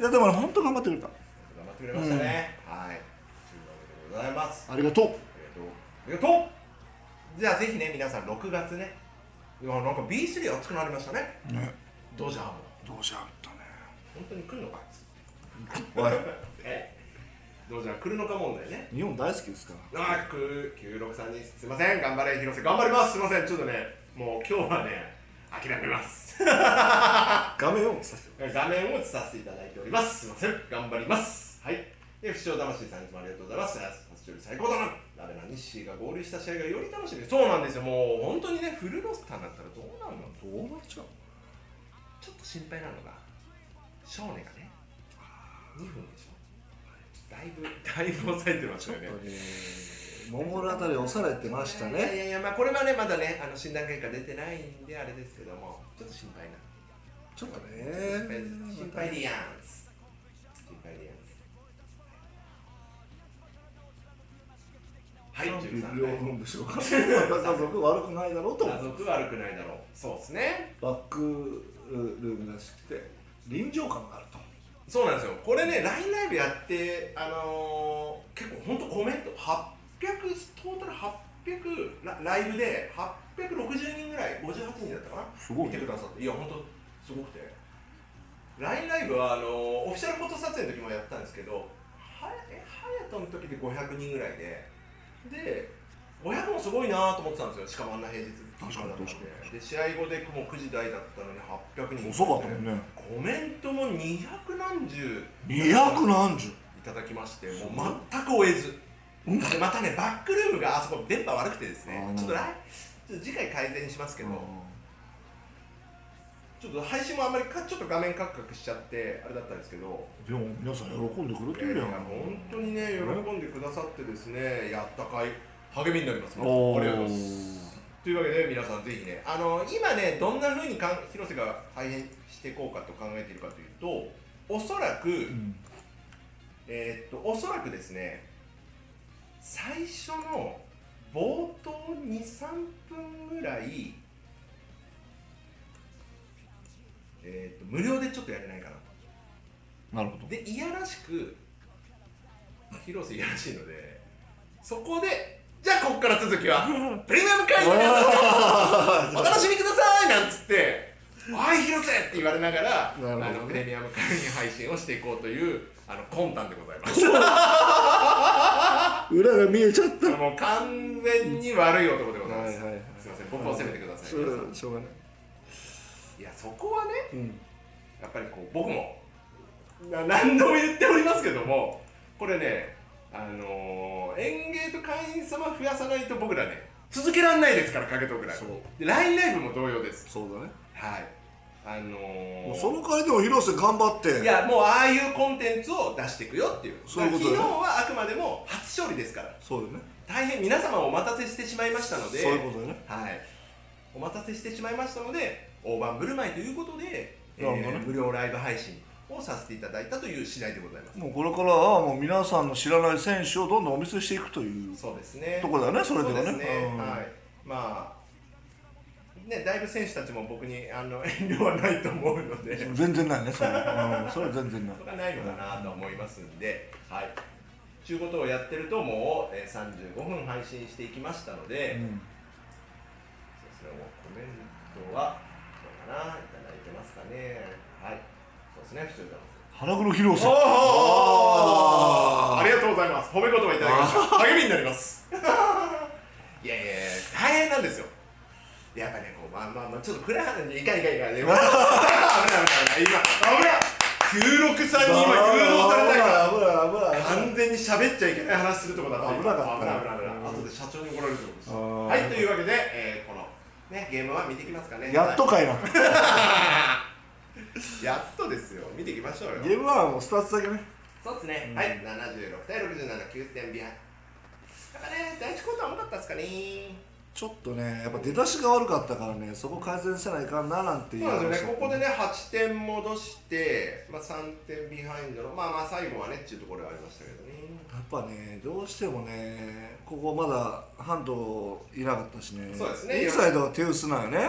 C: 頑
D: やでもね本当頑張ってくれた
C: 張ってくれましたね、はいというわけでございますあ
D: ありがとう
C: りがとうありがとうじゃあぜひね皆さん6月ねいやなんか B3 熱くなりましたね
D: ね
C: ドジャーも
D: どうしゃったね
C: 本当に来るのか
D: おい
C: えドジャー来るのか問題ね
D: 日本大好きですから
C: あーく96さんにすいません頑張れ広瀬頑張りますすいませんちょっとねもう今日はね諦めます
D: 画面をさせて
C: 画面を映させていただいております。すいません、頑張ります。はい。で、不調魂さんいつもありがとうございます。初勝利最高だな。誰な西が合流した試合がより楽しみ。そうなんですよ。もう本当にね、フルロスターになったらどうなるの
D: どうなっちゃう
C: ちょっと心配なのが、少年がね、2分でしょ。だいぶ、だいぶ抑えてましたよね。
D: 守るあたり押されてました
C: いやい
D: ね
C: やいや、まあ、これはね、まだね、あの診断結果出てないんで、あれですけども、ちょっと心配な。
D: ちょっとね
C: 心配でやんす心配でやんすはい、
D: 両
C: 13
D: 分でしょうか家族悪くないだろうと
C: 回家族悪くないだろうそうですね
D: バックルームらしくて臨場感があると
C: そうなんですよこれね LINE ライブやってあのー、結構ほんとコメント800トータル800ラライブで860人ぐらい58人だったかな
D: すごい
C: 見てくださっていや本当すごくて LINE ライブはあのーオフィシャルフォト撮影の時もやったんですけどはえ隼人の時で500人ぐらいでで500もすごいなと思ってたんですよしかもあんな平日
D: 確かに
C: でで試合後でもう9時台だったのに800人
D: 遅かったもんね
C: コメントも200何十
D: 200何十
C: いただきましてもう全く終えずでまたねバックルームがあそこ電波悪くてですね
D: あー
C: ちょっと来ちょっと次回改善しますけど、ちょっと配信もあんまりかちょっと画面カクカクしちゃってあれだったんですけど
D: でも皆さん喜んでくれ
C: い
D: て
C: やい
D: る
C: や
D: やん
C: 本当にね喜んでくださってですねやったかい励みになりますね
D: お
C: あ
D: ー
C: りがとうございますというわけで皆さんぜひねあの今ねどんなふうにかん広瀬が改変していこうかと考えているかというとおそらく、
D: うん
C: えーっとおそらくですね最初の冒頭23分ぐらい、えーっと無料でちょっとやれないかな
D: なるほど
C: でいやらしく広瀬いやらしいのでそこでじゃあここから続き はプレミアム会員ですお楽しみくださいなんつって「はい広瀬!」って言われながら
D: なるほどね
C: あのプレミアム会員配信をしていこうというあの魂胆でございます
D: 裏が見えちゃった
C: もう完全に悪い男でございます、
D: はいはいはい
C: すいません僕を責めてください、
D: そう
C: 皆さん
D: しょうがない
C: いやそこはね
D: うん
C: やっぱりこう僕もな何度も言っておりますけどもこれねあのー、演芸と会員様増やさないと僕らね続けられないですからかけとくらい
D: そう
C: で LINE ライブも同様です
D: そうだね
C: はいあのー、
D: もうその代わりでも広瀬頑張って
C: いやもうああいうコンテンツを出していくよっていう
D: そういうことだ
C: 昨
D: よ
C: 日はあくまでも初勝利ですから
D: そうだよね
C: 大変皆様お待たせしてしまいましたので
D: そういうことだよね
C: はい、お待たせしてしまいましたので大盤振る舞いということで、え
D: なるほどね
C: ー無料ライブ配信をさせていただいたという次第でございます
D: もうこれからはもう皆さんの知らない選手をどんどんお見せしていくという
C: そうですね
D: とこだよねそれではね
C: そうですね、
D: うん
C: はいまあねだいぶ選手たちも僕にあの 遠慮はないと思うので
D: 全然ないねそれ,、うん、それは全然ない
C: それはないのかなと思いますんで、はい。ちゅうことをやってるともう、えー、35分配信していきましたので、
D: うん
C: そうですね、もうコメントは、そうかな、いただいてますかね。はい。そうですね、視聴者の
D: 腹黒広瀬
C: ありがとうございます。褒め言葉いただきま した。励みになります。いやいやいや、大変なんですよ。やっぱね、こう、まあまあまあ、ちょっと暗い話に、いかんいかんいかん。 危ない危ない危ない。今、危ない。96さんに今誘導されたから。
D: 危ない危ない危ない
C: 完全に喋っちゃいけない話するとこだった
D: 危なかった
C: 危ない危ない危ない後で社長に怒られるってことです
D: あー
C: はいというわけで、えーこの、ね、ゲームは見てきますかね
D: やっと
C: は
D: かいな
C: いやっとですよ見ていきましょうよ
D: ゲームはもうスタートだけね
C: そうですね、はい76対679点ビハイやっぱね第1クォーター重かったですかね
D: ちょっとねやっぱ出だしが悪かったからねそこ改善せないかんななんてい
C: そううなんですよねここでね8点戻して、まあ、3点ビハインドのまあまあ最後はねっていうところはありましたけどね
D: やっぱねどうしてもねここまだハンドいなかったしね
C: そうですね
D: インサイドが手薄なんよね
C: いや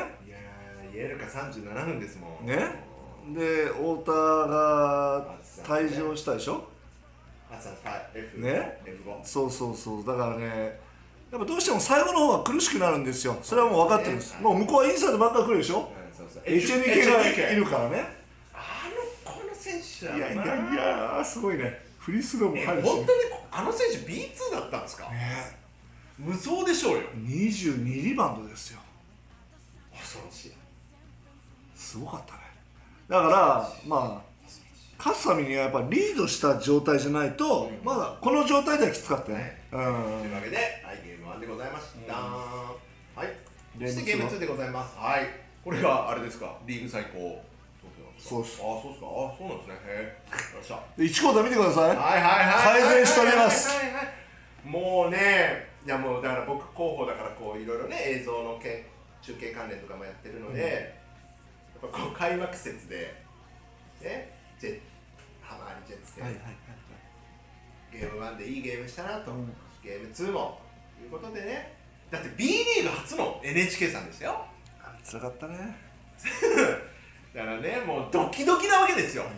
C: ー言えるか37分ですもん
D: ねで太田が退場したでしょ
C: 朝 F5、
D: ね
C: F5
D: そうそうそうだからねやっぱどうしても最後の方が苦しくなるんですよそれはもう分かってるんです
C: はい
D: もう向こうはインサイドばっかり来るでしょ
C: うんそうそう
D: HNK がいるからね
C: あのこの選手はい
D: やいやいやすごいねフリースローも
C: え
D: 入るし
C: 本当にこあの選手 B2 だったんですか、無双でしょうよ
D: 22リバウンドですよ
C: 恐ろしい
D: すごかったねだからまあ勝つためにはやっぱリードした状態じゃないと、
C: うん
D: まだこの状態ではきつかったね、
C: というわけで、はい、ゲーム1でございました、はいそしてゲ
D: ゲ
C: ー
D: ーム
C: ム
D: 2
C: 2でございますはいこれがあれですかリーグ最高
D: そうっす
C: ああそうですかあそうなんですねへえよっしゃ
D: うん、で1コーナー見てください、
C: はいはいはい
D: 改善しております
C: はいはいはいはいもうねいやもうだから僕広報だからこういろいろね映像のけ中継関連とかもやってるので、やっぱこう開幕節でねジェハマーリジェッツで、
D: はいはい
C: ゲーム1でいいゲームしたなと、
D: うん
C: ゲーム2もということでねだって B リーグ初の NHK さんでしたよ
D: つらかったねはい
C: だからねもうドキドキなわけですよ、
D: はい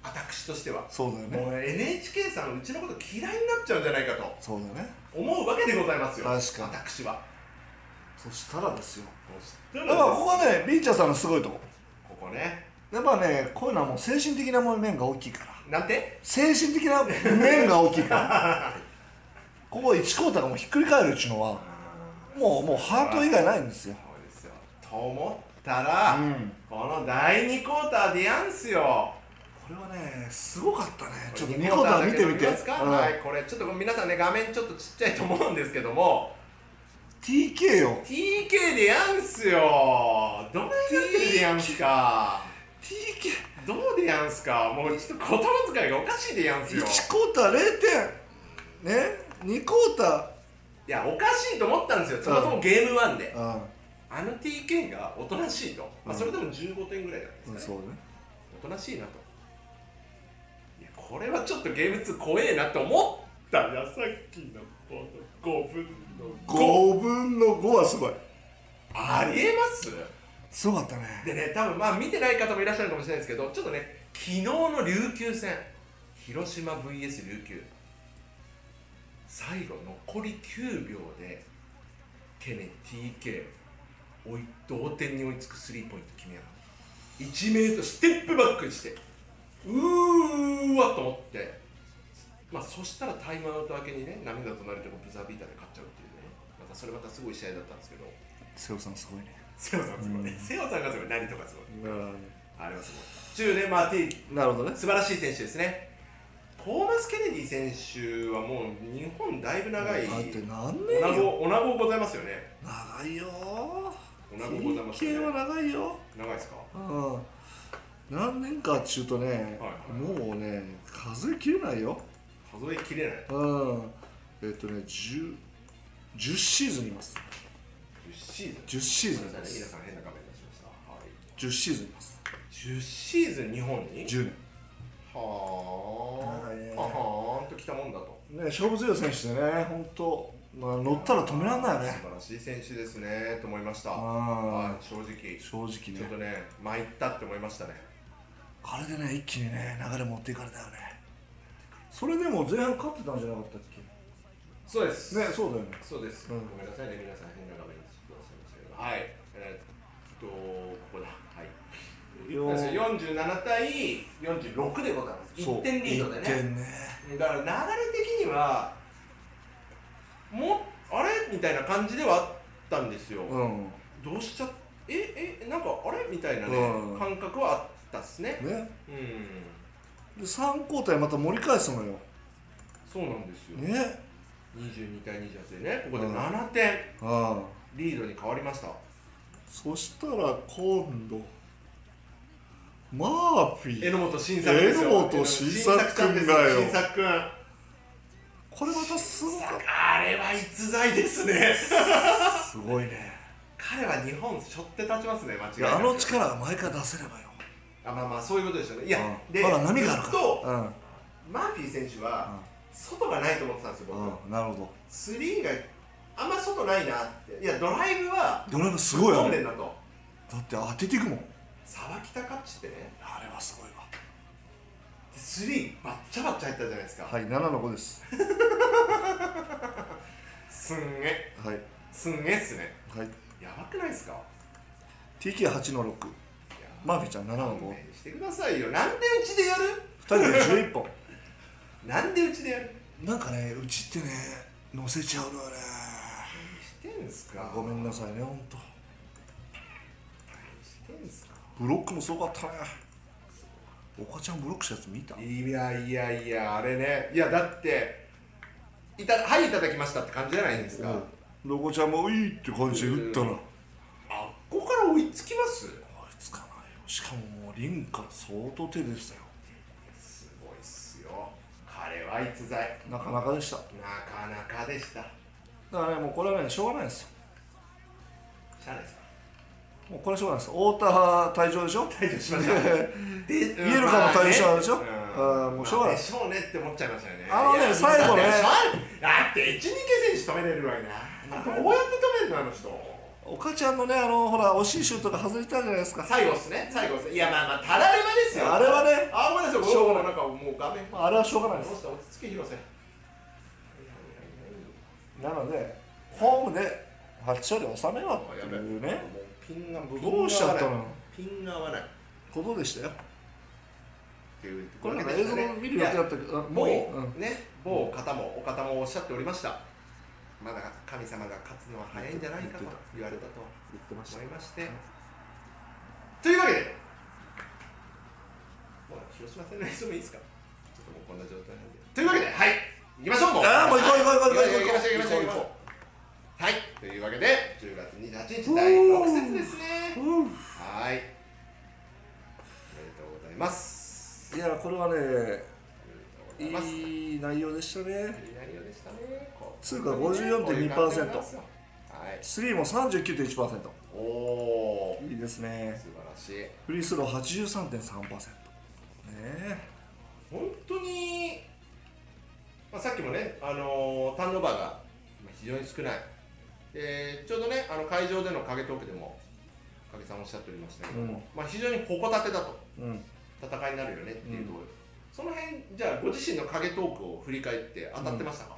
C: 私としては
D: そうだよね
C: もう NHK さんうちのこと嫌いになっちゃうんじゃないかと
D: そうだよね
C: 思うわけでございますよ
D: 確かに
C: 私は
D: そしたらですよ
C: だ
D: だ
C: か
D: からら
C: こ
D: こ
C: こ
D: こはねリーチャーさんのすごいとこ
C: ここね
D: やっぱねこういうのはもう精神的な面が大きいから
C: なんて
D: 精神的な面が大きいから ここ1コーターがもうひっくり返るうちのはもうもうハート以外ないんですよ
C: そうですよと思ったら、
D: うん
C: この第2クォーターでやんすよ
D: これはねすごかったねちょっと
C: これ
D: 2コーター見て
C: 二クォ
D: みて、
C: ーターだけど見ますか
D: うん
C: はいこれちょっと皆さんね画面ちょっとちっちゃいと思うんですけども
D: TK よ
C: TK でやんすよどないなってるでやんすか
D: TK1
C: どうでやんすかもうちょっと言葉遣いがおかしいでやんすよ
D: コーター0点ね2コータ
C: いやおかしいと思ったんですよそもそもゲーム1で、
D: ー
C: あの TK がおとなしいと、まあ、それでも15点ぐらいだった
D: うんん
C: です
D: そ
C: か
D: う
C: ね、
D: ね
C: おとなしいなといやこれはちょっとゲーム2怖えなと思った矢さっきのこの5分の5
D: 5分の5はすごい
C: ありえます
D: すごかったね
C: でね多分まあ見てない方もいらっしゃるかもしれないですけどちょっとね昨日の琉球戦広島 VS 琉球最後残り9秒でケネ TK 追い同点に追いつくスリーポイント決めやがった1メートルステップバックしてうーわと思ってまあそしたらタイムアウト明けにね涙となるとこブザービーターで勝っちゃうっていうねまたそれまたすごい試合だったんですけど
D: 瀬尾さんすごいね
C: 瀬尾さんすごいね
D: うん
C: 瀬尾さんがすごい何とかすごいあれはすごい中年マーティン
D: なるほどね
C: 素晴らしい選手ですねトーマス・ケネディ選手はもう日本だいぶ長い
D: だって何
C: おな
D: 年よ
C: ごおなごございますよね
D: 長いよ
C: おなごございます
D: 経
C: よ
D: は
C: ね
D: 長いよ
C: 長いですか
D: うん何年かっちゅうとね、
C: はい
D: もうね数えきれないよ
C: 数えきれない
D: うんえっとね 10, 10シーズンいます
C: 10シーズン
D: 10シーズンいま
C: 皆
D: す
C: さん変な画面出しました、はい、
D: 10シーズンいます
C: 10シーズン日本に
D: 10年
C: はあ
D: 長いね
C: ははーんと来たもんだと
D: ね勝負強い選手でね本当まあ乗ったら止めらんないよね
C: 素晴らしい選手ですねと思いました
D: あー
C: はい正直ち
D: 正直
C: ょっと
D: ね
C: ね参ったって思いましたね
D: あれでね一気にね流れ持っていかれたよねそれでも前半勝ってたんじゃなかったっけ
C: そうです
D: ねそうだよね
C: そうです、
D: うん
C: ごめんなさいね、皆さん、変な画面にしてくださいましたけど、はい、えーっと、ここだ、はい、
D: よ
C: 47対46でございます、
D: そう
C: 1点リードで
D: 一
C: ね、
D: 点ね
C: だから流れ的には、もあれみたいな感じではあったんですよ、
D: うん
C: どうしちゃっえ、え、なんかあれみたいなね、
D: うん
C: 感覚はあったっすね、
D: ね
C: うん、
D: で3交代また盛り返すのよ
C: そうなんですよ、
D: ね
C: 22対28でね、ここで
D: うん
C: 7点、
D: ああ
C: リードに変わりました。
D: そしたら今度マーフィ
C: 榎
D: ー
C: 本新作ですよ
D: 榎本新作君だよ
C: 新作君
D: これまたすごかっ
C: あれは逸材です ね
D: たすごいね
C: 彼は日本背負って立ちますね間違い
D: い
C: なく
D: やあの力が毎回出せればよ
C: あまあまあそういうことでしょうねいや、
D: うん
C: で
D: まだ何がある
C: ず
D: か
C: っと
D: うん
C: マーフィー選手は外がないと思ってたんですよ僕、
D: うん、なるほ
C: スリーがあんま外ないなっていやドライブは
D: どドライブすごいあ
C: 本
D: れ
C: 練
D: だ
C: だと
D: って当てていくもん
C: 沢北勝ちってね
D: あれはすごいわ
C: でスリーバッチャバッチャ入ったじゃないですか、
D: はい7の5です
C: すんげえ
D: はい
C: すんげえっすね
D: はい
C: やばくないですかい
D: TK8 の6
C: や
D: マーフィーちゃん7の
C: 勘
D: 52
C: 弁してくださいよなんでうちでやる
D: 人で11本
C: なんでうちでやる
D: なんかねうちってね乗せちゃうのよね
C: してんすか
D: ごめんなさいねほんと
C: してんすか
D: ブロックもすごかったねおかちゃんブロックしたやつ見た
C: いやいやいやあれねいやだっていたはいいただきましたって感じじゃないですか、
D: うんロコちゃんもいいって感じで打ったな
C: う
D: 追
C: んあっこから追いつきます
D: いつかないよしかももうリンから相当手でしたよ
C: すごいっすよ彼は逸材
D: なかなかでした
C: なかなかでした
D: だからねもうこれはねしょうがないですよ
C: しゃあないですか
D: もうこれはしょうがないです太田退場でしょ
C: 退場しましたでイエ
D: イエローから退場したでしょあーもうしょうがない
C: でしょうねって思っちゃいましたよね
D: あのね
C: いや
D: 最後ね
C: だってだって一二系選手止めれるわよなどうやって止めるのあの人
D: おかちゃんのねあのほら惜しいシュートが外れたじゃないですか
C: 最後っすね、最後っすね。いや、まあまあ、たらればですよ。
D: あれはね
C: あ、ごめんなさい、
D: しょう
C: 僕
D: が
C: も
D: な
C: ないんかもう画面。
D: あれはしょうがないで
C: どう
D: す
C: した落ち着け、広瀬。
D: なのでホームで8勝で収めろ
C: あ
D: っ
C: や
D: て
C: べえ
D: いうね
C: もうピンが、
D: どうしちゃったの
C: ピンが合わない。っ
D: ことでしたよ
C: ていう
D: これなんか
C: わけ
D: 映
C: でし
D: 像
C: たね
D: 見る予定だったけどあもういい
C: 某、ね、某方も、お方もおっしゃっておりました。まだ神様が勝つのは早いんじゃないかと言われたと
D: 言ってま
C: 思いまして。というわけで、もう広島戦の映像もいいですかちょっともうこんな状態なんで。というわけで、はい、行きましょうもう
D: ああもう行こう行こう行こう
C: 行きましょう行きましょう行きましょうはいというわけで10月28日第6節ですね
D: 行こう
C: はいおめでとうございます
D: いやこれはね
C: おめでとうございますい
D: いい内容でした
C: い
D: ね
C: 内容でしたねこう
D: 通貨54.2%
C: はい
D: スリーも39.1%
C: おお
D: いいですね
C: 素晴らしい
D: フリースロー83.3%ねえ
C: 本当にまあさっきもねあのーターンオーバーがまあ非常に少ないでちょうどねあの会場での影トークでも影さんおっしゃっておりましたけども、
D: うん
C: まあ非常に矛盾だと
D: うん
C: 戦いになるよねっていうところ、その辺じゃあご自身の影トークを振り返って当たってましたか、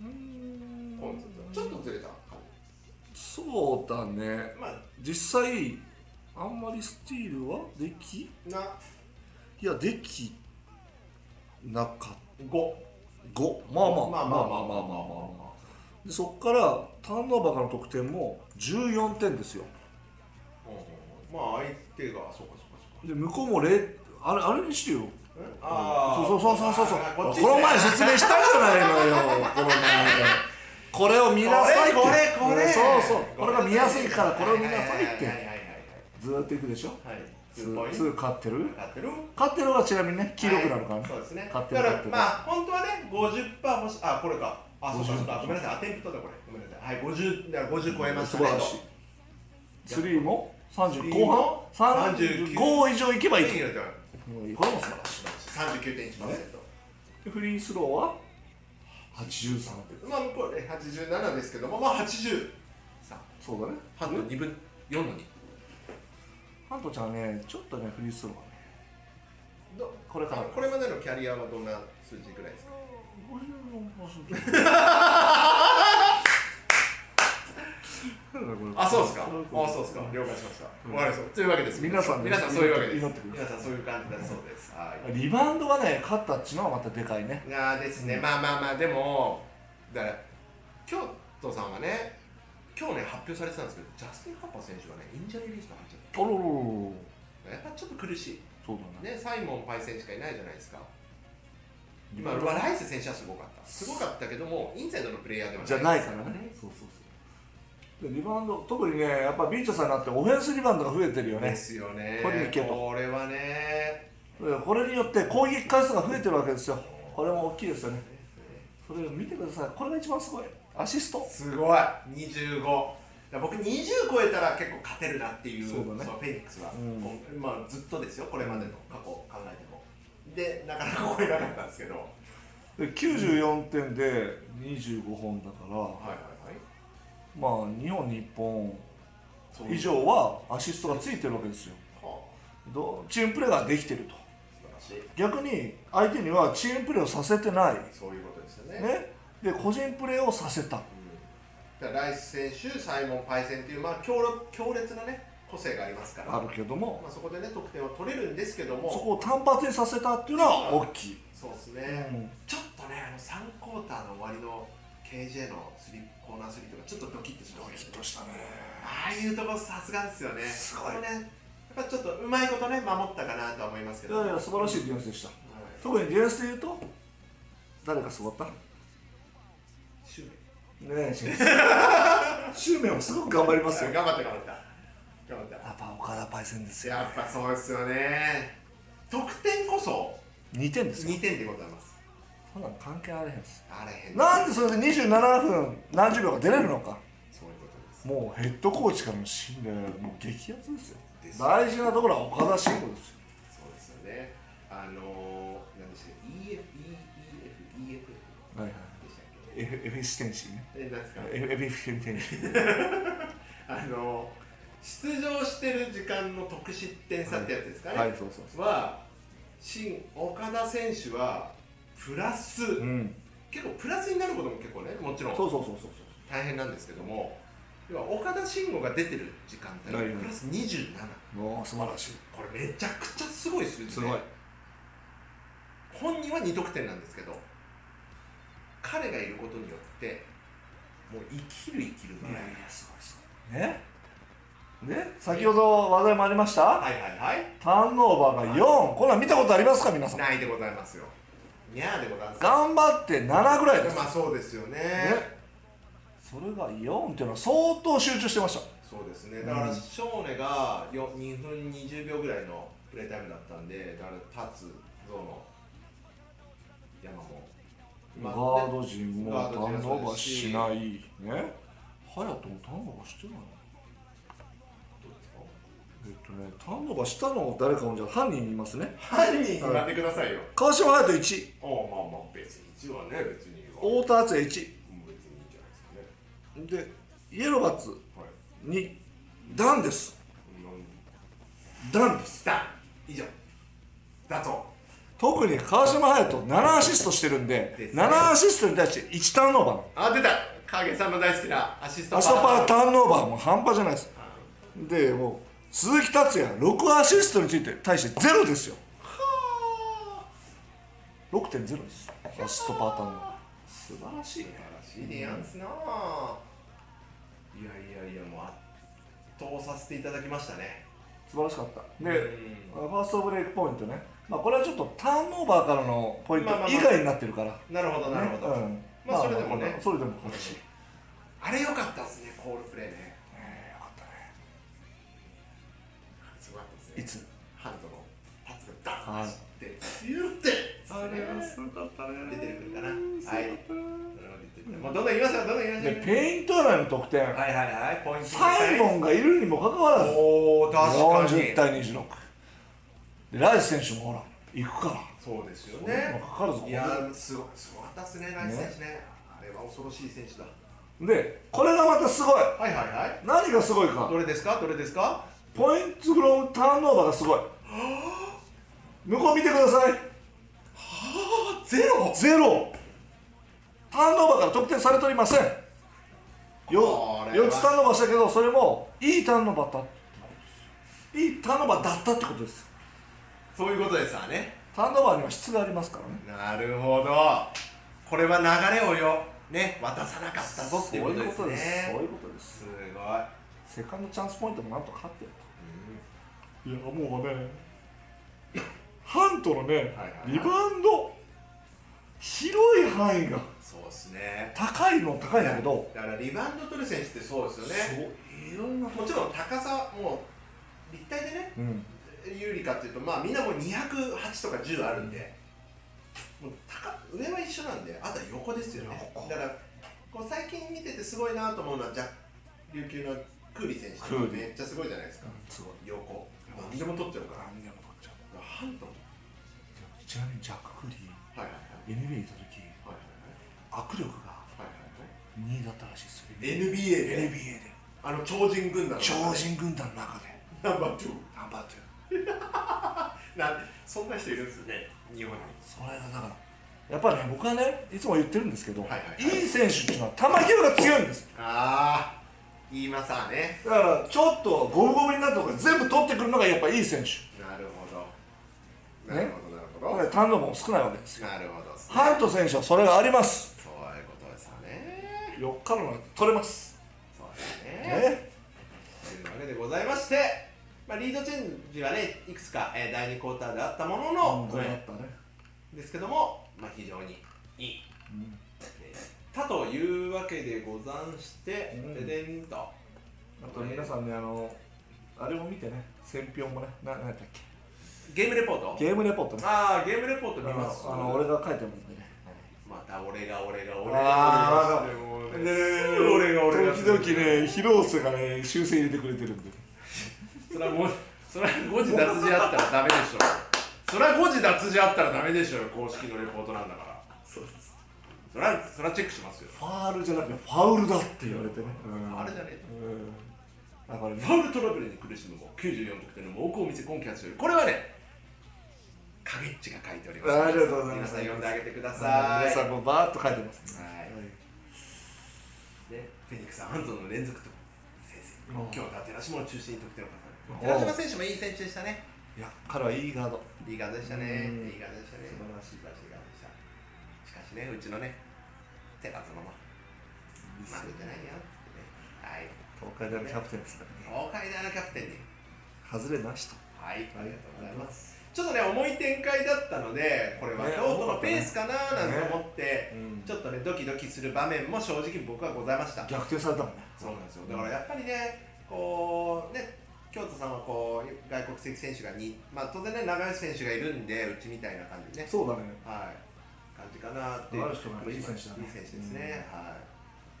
C: コンツェルちょっとずれた
D: そうだね
C: まあ
D: 実際あんまりスティールはでき
C: ない
D: やできなかった
C: 5
D: 5まあまあ
C: まあまあまあまあまあま
D: でそこからターンオーバーからの得点も14点ですよ
C: あまあ相手がそうかそうかそうか
D: で向こうも0あれあれにしてよ
C: あ
D: そうそうそうそうそう
C: あ
D: こ
C: っち
D: の前説明したじゃないのよこの前これを見なさいって
C: これこれこれ
D: そうそうこれが見やすいからこれを見なさいっ
C: はいはい
D: て
C: はい
D: ずーっといくでしょ
C: はいはいツーポイント
D: 2勝ってる
C: やってる
D: 勝ってるはちなみにね黄色くなるから
C: は
D: ね
C: い、そうですね
D: 勝って
C: だ
D: る
C: から
D: 勝ってる、
C: まあ本当はね50%もしあこれかあそうかそうかごめんなさいアテンプトだこれごめんなさいはい50だから50超えまし
D: 素
C: た
D: 晴
C: ね
D: らしいスリーも30後
C: 後
D: 半
C: 半
D: 35以上いけばいいと
C: いいよじゃ
D: これも素晴らし
C: あ39.1%
D: いフリースローは83点
C: まあ向こうね87ですけどもまあ80さ
D: そうだね
C: あ半の2分4の2
D: ハントちゃんねちょっとねフリースローがね
C: ど
D: これから
C: これまでのキャリアはどんな数字ぐらいですかあそうですかあそうですか了解しましたわかりましたというわけです
D: 皆さん
C: 皆さんそういうわけです
D: 祈ってください
C: 皆さんそういう感じだそうですはい
D: リバウンドがね勝ったっちのはまたでかいね
C: あーですね、まあまあまあでもだから京都さんはね今日ね発表されてたんですけどジャスティン・カッパー選手がねインジャリーリスト入っちゃ
D: おろろろろ
C: ったやっぱちょっと苦しい
D: そうだね
C: ねサイモン・パイ選しかいないじゃないですか今ルアライス選手はすごかったすごかったけどもインサイドのプレイヤーでは
D: じゃないからねそうそうそうでリバウンド特にねやっぱビーチャさんになってオフェンスリバウンドが増えてるよ
C: で
D: ね
C: すよね
D: 取りに行けば
C: これはね
D: これによって攻撃回数が増えてるわけですよこれも大きいですよねそれを見てくださいこれが一番すごいアシスト
C: すごい25だから僕20超えたら結構勝てるなっていう
D: そうだね
C: フェニックスは、
D: うん
C: こうまあ、ずっとですよこれまでの過去を考えてもでなかなか超えなかったんですけどはい
D: で94点で25本だから、
C: はいはい
D: まあ2本に1本
C: そう
D: 以上はアシストがついてるわけですよ
C: は
D: どチームプレーができてると
C: あ素晴らしい
D: 逆に相手にはチームプレーをさせてない、
C: そういうことですよね
D: ね、で個人プレーをさせた
C: だからライス選手サイモン・パイセンっていう、まあ、強力強烈なね個性がありますから
D: あるけども
C: まあ、そこでね得点を取れるんですけども
D: そこを単発にさせたっていうのは大きい、
C: そうです
D: う
C: ね、
D: ん、
C: ちょっとね、あの3クォーターの終わりの KJ のスリーコーナースリーとかちょっとドキッとしましたね。
D: したね
C: ああいうとこさすがですよね。
D: すごい
C: これね、やっぱちょっとうまいことね、守ったかなとは思いますけ
D: い
C: ど。
D: やいや素晴らしいディフェンスでした特にディフェンスで言うと誰がすごかった
C: シュウ
D: ねえ、シュウメイシュウメイもすごく頑張りますよ。
C: あ頑張った頑張った。頑張っ
D: やっぱ岡田パイセンです
C: た。
D: よ。
C: やっぱそうですよね。得点こそ
D: 2点ですよ。
C: 2点でございます。
D: そんなの関係あれへんです。
C: あれへん。
D: なんでそれで27分何十秒が出れるのか。
C: そういうことです。
D: もうヘッドコーチからの信頼はもう激アツですよ。
C: です
D: 大事なところは岡田慎吾ですよ。
C: そうですよね。あのー、何でしたっけ ?EF、EF、EF
D: はいはい。
C: でしたっ
D: エフエフィシテンシーね。
C: けえ、何ですか
D: エフエフィシテンシー。
C: あの出場してる時間の得失点差ってやつですかね、
D: はい、そうそうそ
C: は新岡田選手はプラス、
D: う。うん。
C: 結構プラスになることも結構ねもちろん
D: そうそうそうそうそう。
C: 大変なんですけども要は岡田慎吾が出てる時間帯
D: はいはい
C: プラス27
D: もう素晴らしい。
C: これめちゃくちゃすごい数字です
D: ごい
C: 本人は2得点なんですけど彼がいることによってもう生きる生きるのね、
D: すごいすごい。ね。ね、先ほど話題もありました、
C: はいはいはい
D: ターンオーバーが4、こんなん見たことありますか、皆さん。
C: ないでございますよ。にゃーでございます。
D: 頑張って7ぐらいです、
C: まあそうですよね
D: それが4っていうのは相当集中してました。
C: そうですね。だか
D: う
C: ら
D: ん
C: ショーネがよ2分20秒ぐらいのプレータイムだったんで、だから立つゾの山も。
D: ガ
C: まあ
D: ード陣も
C: ガー
D: タ
C: ド陣も
D: ーン
C: そう
D: オーバー
C: ですし
D: しない、ね、隼人もターンオーバーしてない。えっとね、ターンオーバーしたの誰かもじゃあ犯人いますね。
C: 犯人待ってくださいよ。
D: 川島隼人1、
C: ああまあまあ別に一はね別に。
D: 太田敦
C: う
D: 也
C: ん別にいいんじゃないですかね。
D: 1、で、イエローバッツ
C: はい。
D: 2、ダンです。
C: うん
D: ダンです。
C: だ以上。だと。
D: 特に川島隼人7アシストしてるんで
C: ですね
D: 7アシストに対して1ターンオーバ
C: あ出た影さんの大好きなアシス
D: ー
C: ト
D: アストパータ
C: ー
D: ーンオーバーも半端じゃないですでもう鈴木達也6アシストについて対してゼロですよ6.0ですアシストパーターンオーバ
C: 素晴らしいね素晴らしいニュアンスなあいやいやいやもう圧倒させていただきましたね
D: ー素晴らしかったで
C: うん
D: ファーストブレイクポイントね、まあ、これはちょっとターンオーバーからのポイント
C: まあまあま
D: 以
C: あ
D: 外になってるから、
C: なるほどなるほど、
D: ねうん
C: まあそれでもね
D: それでもこっち
C: あれ良かったですねコールプレーね
D: えーよかったね
C: すごかったですね
D: いつ
C: ハンドのパスがダンって言ってあれはすごかったね出てるんだなはいもうどんどんいきますよどんどんいきますよ
D: でペイント内の得点、
C: はいはいはいポイント
D: サイモンがいるにもかかわらず
C: おお確かに
D: 40対26でライス選手もほら行くか
C: そうですよ
D: ら、にも
C: ね
D: かかわらずこ
C: いやーすごすごかったですねナイス選手ねあれは恐ろしい選手だ
D: こでこれがまたすごい
C: はいはいはい
D: 何がすごいか
C: どれですかどれですか
D: ポイントフロムターンオーバーがすごい向こう見てください
C: ゼロ
D: ゼロターンオーバーから得点されておりませんよ
C: これは
D: 4つターンオーバーしたけどそれもいいターンオーバーだったいいターンオーバーだったってことです
C: そういうことですわね
D: ターンオーバーには質がありますからね
C: なるほどこれは流れをよね渡さなかったぞっていうことですね
D: そういうことです
C: すご
D: セカンドチャンスポイントもなんとか勝ってると、いやもうねハントのね、
C: はいはい
D: リバウンド広い範囲が
C: いそうですね
D: 高いの高いんだけど、
C: だからリバウンド取る選手ってそうですよね
D: そういろんな
C: もちろん高さもう立体でね
D: うん
C: 有利かっていうとまあみんなもう208とか10あるんで、もう高上は一緒なんであとは横ですよねだからこう最近見ててすごいなと思うのはじゃ琉球のクーリー選手
D: ク
C: と
D: ー
C: か
D: リー
C: めっちゃすごいじゃないですか、
D: すごい
C: 横何でも取ってるから
D: 何でも取っちゃ
C: ハント
D: うちなみにジャック・クリ
C: はいはい
D: ー NBA いた時
C: はいはい
D: 握力が
C: はいは
D: 2位だったらしいですよ
C: いはいはい NBA で
D: NBA で
C: あの超人軍団の
D: 超人軍団の中で
C: ナンバー2
D: ナンバー2
C: なんそんな人いるんですね日本に
D: それがだからやっぱね僕はねいつも言ってるんですけど、
C: はいはいはい
D: い選手っていうのは球際が強いんです
C: ああ言いますわね
D: だからちょっとゴブゴブになったとこ全部取ってくるのがやっぱいい選手
C: なるほど
D: ね
C: なるほどなるほ
D: だ
C: ど、
D: から単独も少ないわけですよ
C: なるほどっすね
D: ハント選手はそれがあります
C: そういうことですよね
D: 4日の取れます
C: そうですね
D: ね
C: というわけでございましてまあ、リードチェンジはね、いくつか、えー第2クォーターであったものの、
D: これだったね
C: ですけども、まあ、非常にいい、えーたというわけでござんして、
D: うん
C: ででんと
D: あと皆さんねあのあれも見てね選評もねな何やったっけ
C: ゲームレポート
D: ゲームレポートね
C: ああゲームレポート見ます
D: あの俺が書いてるんでね
C: また俺が俺が俺
D: あ
C: が
D: ー
C: 俺が俺が俺が
D: 時々ね広瀬がね修正入れてくれてるんで
C: それはもうそれは誤字脱字あったらダメでしょそれは誤字脱字あったらダメでしょうよ公式のレポートなんだからそうですそれはそれはチェックしますよ
D: ファールじゃなくてファウルだって言われてね
C: あれじゃねえ
D: うんだからね
C: ファウルトラブルに苦しむも94得点の猛攻を見せ今季初勝利これはね影っちが書いております
D: ありがとうございます
C: 皆さん読んであげてください
D: 皆さんもバーッと書いてますね
C: はいね、フェニックス・アントンの連続と先生、今日は寺島を中心に得点を重ね
D: お
C: 寺
D: う
C: 島選手もいい選手でしたね
D: いや彼はいいガード
C: いいガードでしたね
D: うん
C: いいガードでしたね
D: 素晴らし
C: 素
D: い
C: 晴らしいガードでしたしかしねうちのね寺園も負けてないよってねはい
D: 東海大のキャプテンですから
C: 東
D: ね
C: 海大のキャプテンに
D: 外れなしと
C: はい
D: あ
C: あり
D: り
C: がとうご
D: がとうござ
C: ざい
D: いま
C: ますちょっとね重い展開だったのでこれは
D: ね
C: 京都のペースかななんて思って、
D: ね
C: ちょっとねドキドキする場面も正直僕はございました
D: 逆転されたもんね
C: そうなんですよ。だからやっぱりね、こうね、京都さんはこう外国籍選手がに、まあ当然ね長吉選手がいるんでうちみたいな感じね。
D: そうだね
C: はい。感じかなっていう。
D: 長吉君はいい選手だね
C: いい選手ですね。は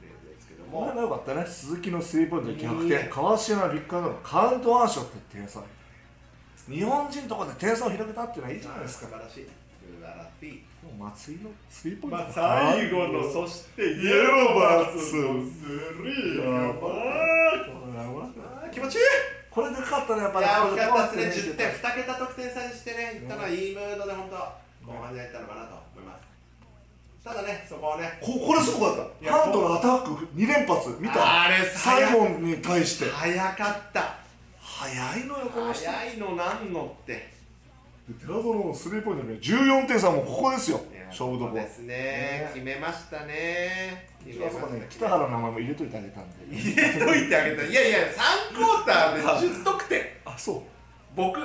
C: い。ということですけど
D: これ
C: も。
D: が良かったね鈴木のスリーポイントで逆
C: いい
D: 転
C: ね
D: 川島ビッグアウトカウントワンショットって点差日本人のところで点差を開けたっていうのはいいじゃないです
C: 素
D: か
C: 晴らしい。素晴らしい。
D: もう松井のスリーポイント
C: まあ
D: が
C: 最後のそしてイ
D: イ
C: エ
D: エ
C: ロ
D: ロ
C: ー
D: ー
C: バ
D: バ
C: ー
D: ー
C: ツ
D: ツ
C: スリー
D: や
C: やばい
D: ばい
C: あー気持ちいい
D: これで勝ったねやっ
C: い
D: ぱり
C: やー、大きかった
D: これ
C: ですね、
D: 勝
C: 10点、2桁得点差にしてね、いったのはいいムードで、本当、後半に入ったのかなと思いますただねそこをね
D: ここれすごかっ
C: い
D: た
C: や
D: ハートのアタック2連発見た
C: あれ
D: サイモンに対して
C: 早かった
D: 早いのよこの人
C: 早いのなんのって
D: テラドロのスリーポイントの14点差もここですよ
C: いや
D: 勝負ど
C: そ
D: こ
C: うですね決めましたね決め
D: あ
C: ま
D: そ
C: し
D: こ
C: た
D: ね北原の名前も入れといてあげたんで
C: 入れといてあげたいやいや3クォーターで10得点
D: あそう
C: 僕、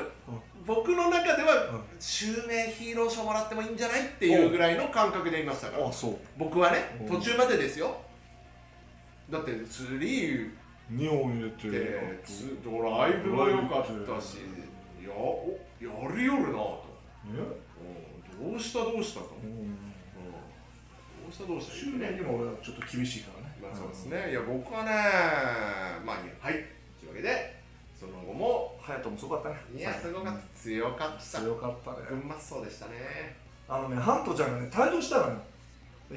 C: 僕の中で
D: うん
C: は襲名ヒーロー賞もらってもいいんじゃないっていうぐらいの感覚でいましたから
D: あそう
C: 僕はね
D: うん
C: 途中までですよだってスリー
D: 2本入れて
C: でツドライブも良かったしいやおやりよるなと、
D: ね
C: うんどうしたどうしたと、
D: う
C: うん
D: ん
C: どうしたどうした
D: 執念にも俺はちょっと厳しいからね
C: まあそうですね、いや僕はねまあいいやはいというわけでその後も
D: 隼人もすごかったね
C: いやすごかった強かった
D: 強かったね
C: 群馬っそうでしたね
D: あのねハントちゃんがね退場したのよ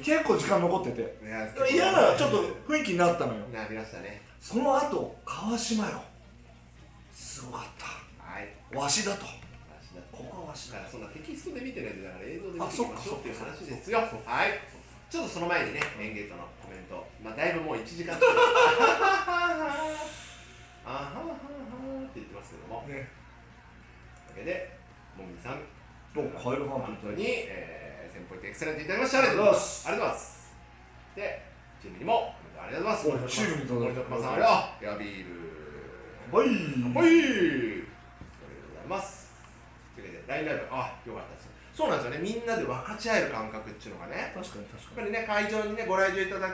D: 結構時間残ってて
C: いや
D: 嫌なちょっと雰囲気になったのよ
C: なりましたね
D: その後川島よすごかっ
C: はい
D: たわしだ
C: 話
D: と
C: だ
D: ここはわし
C: だ
D: だ
C: からそんなテキストで見てないでだから映像で見てい
D: あそっ
C: き
D: か
C: ましょうっていう話ですよはいちょっとその前にねメンゲートのコメントまあだいぶもう1時間 あはははあはははって言ってますけどもという
D: ね
C: わけでもみさん
D: どうカエルハン
C: 本
D: ト
C: 当
D: み
C: に、
D: たい
C: えー、先輩とエクセレントいただきましたありがとうございますありがとうございますでチームにもありがとうございます
D: チームにどうぞ
C: 森徳間さんありがとうヤビール
D: はい
C: はいありがとうございますというわけでラインライブあよかったですねそうなんですよねみんなで分かち合える感覚っていうのがね
D: 確かに確
C: や
D: か
C: っぱ
D: に
C: りね会場にねご来場いただ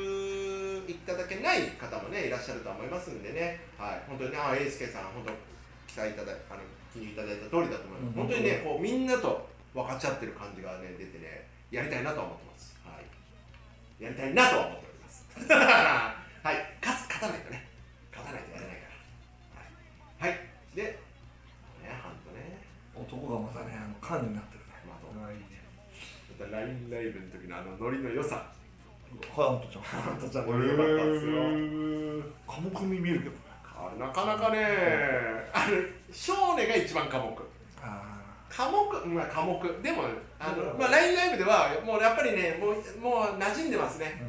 C: くいただけない方もねいらっしゃると思いますんでねはい本当にねあ英介さん本当期待いただあの記入いただいた通りだと思います、本当に
D: うん
C: ねこうみんなと分かち合ってる感じがね出てねやりたいなとは思ってますはいやりたいなとは思っております はい勝つ勝たないとね勝たないとやれないからはい、はい、でねハントね
D: 男がまたねあの缶になってるね
C: まあ
D: はい
C: また LINE ライブの時のあのノリの良さ
D: ハントちゃん
C: ハントちゃん
D: え
C: の良かったですよ、
D: ー寡黙に見えるけどね
C: あれなかなかね、あれ少年が一番寡黙。
D: あ
C: 寡黙、まあ寡黙。でもあ
D: う
C: の
D: ん
C: まあラインライブではもうやっぱりね、もうもう馴染んでます
D: あ
C: ね。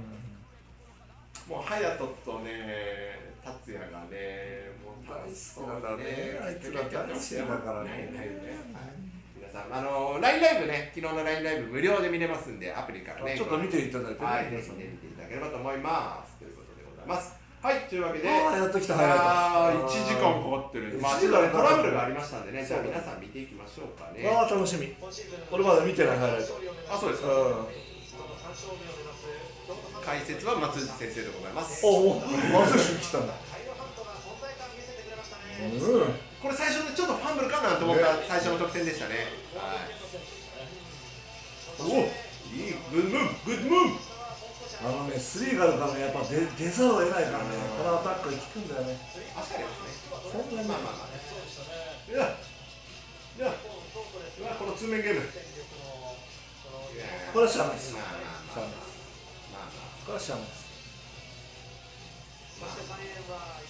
C: もうハヤトとね、達也がね、もう楽しそうだね。
D: 大好きなんだねあいつら大好きだからね
C: はいはいはい皆さん、あのラインライブね、昨日のラインライブ無料で見れますんで、アプリからね。
D: ちょっと見ていただいてね
C: はい、ぜ
D: 皆
C: ひ
D: さん
C: ね見ていただければと思います。ということでございます。はい、というわけで、
D: あーやっと来た早か
C: あ
D: った
C: ー1時間かかってる。まあ、ち
D: 1時
C: ょっ
D: 間
C: と
D: か
C: ねト
D: かった
C: ラブルがありましたんでね、じゃあ
D: そう
C: 皆さん見ていきましょうかね。
D: あー楽しみ俺まだ見てないハイライト
C: あ、そうですか。
D: うん
C: 解説は松内先生でございます。
D: おお松井に来たんだうん
C: これ最初でちょっとファンブルかなと思った最初の得点でしたね。はい。おいい、グッドムーブ、グッドムーブ。
D: あのね、スリーがあるからね、やっぱ出出ざるを得ないからね、このアタックが効くんだよね。
C: あしかりますね。
D: そんなに
C: まあまあまあね。いや、いや、うわこの通面ゲーム。いや
D: これは知らないです。知
C: ま
D: ら
C: あ
D: ない
C: まあまあまあ
D: です。
C: まあまあ。
D: これは知らないです。
C: まあ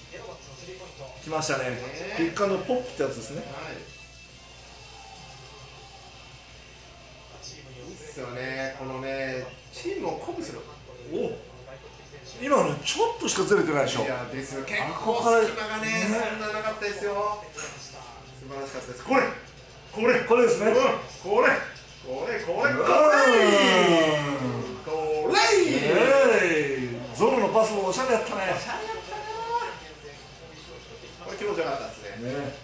D: 来ましたね。結果のポップってやつですね。
C: はい。いいっすよね、このね、チームを鼓舞する。
D: お今のちょっとしかずれてないでしょ。
C: い
D: ね、
C: や、ですよ、結構
D: ここ
C: 隙
D: か
C: 間
D: ら
C: がね、そんななかったですよ。素晴らしかったです。これ、これ、
D: これです
C: う
D: ね
C: んこれ、これ、これ、これ、これ。
D: えいゾロのパスもおしゃれやったね。
C: これ気持ちよかったですね。
D: ね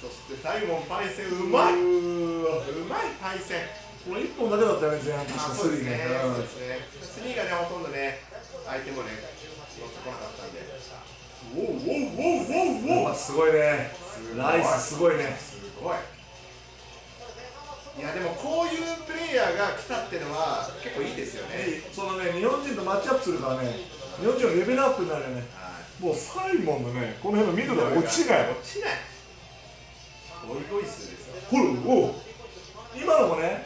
C: そして、サイモンパイセン、うまい。うまい、パイセン。
D: これ一本だけだったよね、前半として
C: あ
D: は
C: そ
D: ス
C: うで
D: リ
C: す
D: ーね
C: ね。、そうですね。スリーがね、ほとんどね、相手もね、乗ってこなかったんで。おお
D: うん
C: おおおおお
D: うわすごいね。ライスすごいね。
C: すごい。いや、でもこういうプレイヤーが来たってのは、結構いいですよね。
D: そのね、日本人とマッチアップするからね、日本人のレベルアップになるよね。
C: はい
D: もうサイモンのね、この辺のミドルが落ちない。
C: 落ちない。ゴイゴイスーですよ。
D: ほら、おう今のもね、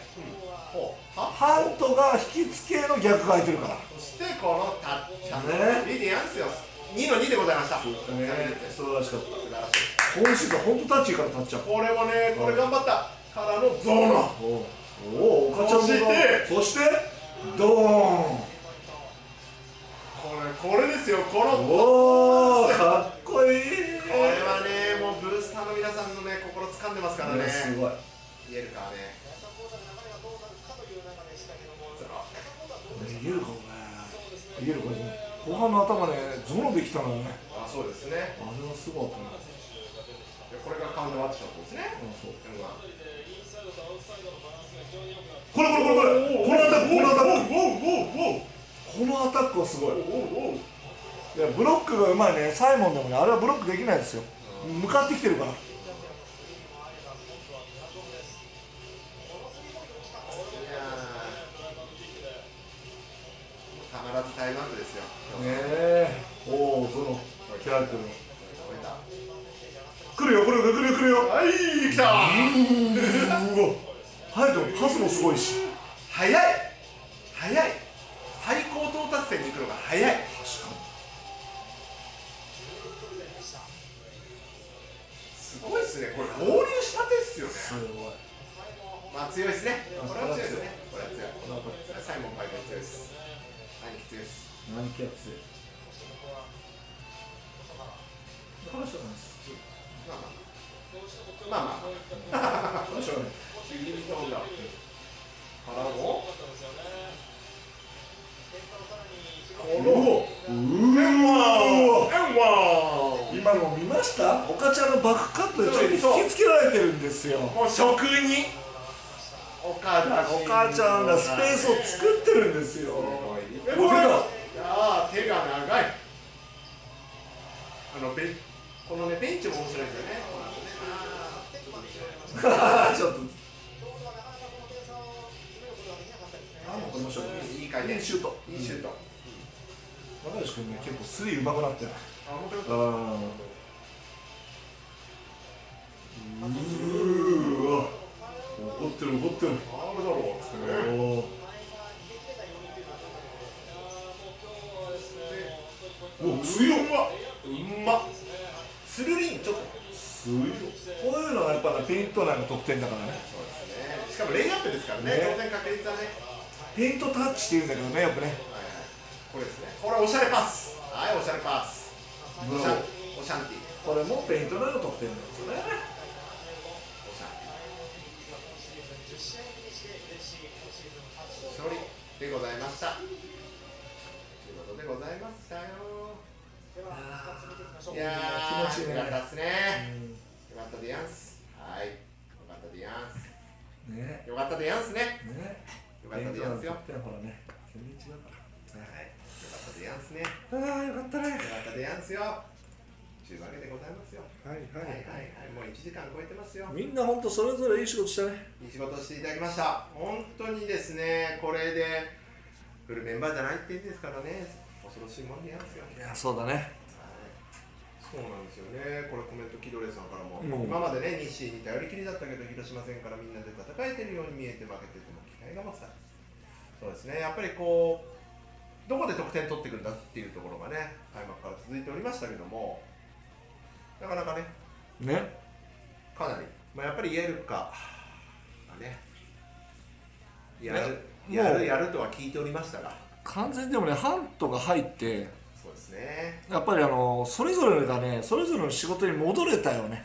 C: ほうは
D: ハントが引き付けの逆が空いてるから。
C: そして、このタッチャ
D: ね
C: ン、リディアンスよ。2の2でございました。素
D: 素晴らしかっ
C: 晴らしい。
D: た。今シーズン、本当タッチいいからタッチャー。
C: これもね、これ頑張った。からのゾーン。
D: おうおお岡ちゃんの
E: そして
D: そしてドーン
E: これこれですよこの
D: おおかっこいい
C: これはねもうブースターの皆さんのね心掴んでますからね
D: ねすごい
C: 言えるからね
D: 逃げるかもね逃げるかもね後半の頭ねゾロできたのよね
C: あそうですね
D: あれはすごかったな
C: でこれがカウントワッチショットですね
D: うんそ
C: う
D: う
C: んまあ
D: これこれこれこれこのアタックこのアタック
E: お
D: このアタックはすごい
E: おおおおおお
D: いやブロックがうまいねサイモンでもねあれはブロックできないですよ向かってきてるから
C: いやーたまらずタイムアウトですよ
D: ねえおおゾロキャラクル
C: これだ
D: 来るよ来るよ来るよ来るよ
E: はい来た
D: うわハヤトのパスもすごいし
C: 早い早い最高到達点に行くのが早い
D: 確か
C: すごいですねこれ合流したてっすよね
D: にすごい
C: まあ強いですねこれは強いですねこれは強い
D: これ
C: それは
D: は強い
C: サイモンバイバイ強いです兄貴強いです
D: 何キャッツ話はないです
C: まあまあまあまあまあ
D: 話はない
C: 右に飛んだからのこ
D: うわ
E: エンワン
D: 今の見ました岡ちゃんのバックカットでちょっと引きつけられてるんですよ
C: もう職人岡田
D: お母ちゃんがスペースを作ってるんですよ
E: え
D: これ
E: これ
D: だ
C: ああ手が長いあのベンこのねベンチも面白いんだよね
D: ちょっとあもう面白い
C: いい回転
D: いいシュート
C: いいシュート、
D: 仲良し君ね結構スリー上手くなってる
C: あ本当だ
D: うーわ怒ってる怒ってる
C: あれだろうっつってね
D: おお
C: う
D: 強っ
C: まっスルリンちょっと
D: 強っこういうのがやっぱねペイント内の得点だからね
C: そうですねしかもレイアップですからね
D: ね
C: 当然確率はね
D: ペイントタッチっていうんだけどねやっぱね
C: はいはいこれですねこれおしゃれパスはいおしゃれパスおしゃおしゃんティ
D: これもペイント内の得点なんですよね
C: おしゃんティ勝利でございましたということでございましたよいやー
D: 気持ちいいね
C: よかったっすねよかったでやんすはいよかったでやんす
D: うんね
C: よかったでやんすね
D: ね
C: よかったでやんすよよか
D: ペイント内の得点ほらね全然違うからはい
C: ったでやんすね
D: ああよかったね
C: よかったでやんすよというわけでございますよ
D: はい
C: はい
D: は
C: はいはいも
D: い
C: う1時間超えてますよ
D: みんな本当それぞれいい仕事したね
C: いい仕事していただきました本当にですねこれでフルメンバーじゃないって言うんですからね恐ろしいもんでやんすよ
D: いやそうだね
C: そうなんですよね、これコメントキドレさんからも、
D: うん
C: 今までね、日清に頼りきりだったけど、広島戦からみんなで戦えてるように見えて負けてても期待が増した。そうですね、やっぱりこう、どこで得点取ってくるんだっていうところがね、開幕から続いておりましたけども、なかなかね、
D: ね
C: かなり、まあ、やっぱり言えるか、まあね、やる、
D: ね
C: や
D: もう
C: る、やるとは聞いておりましたが、
D: 完全にでもねハントが入って
C: そうですね、
D: やっぱりあのそれぞれがねそれぞれの仕事に戻れたよね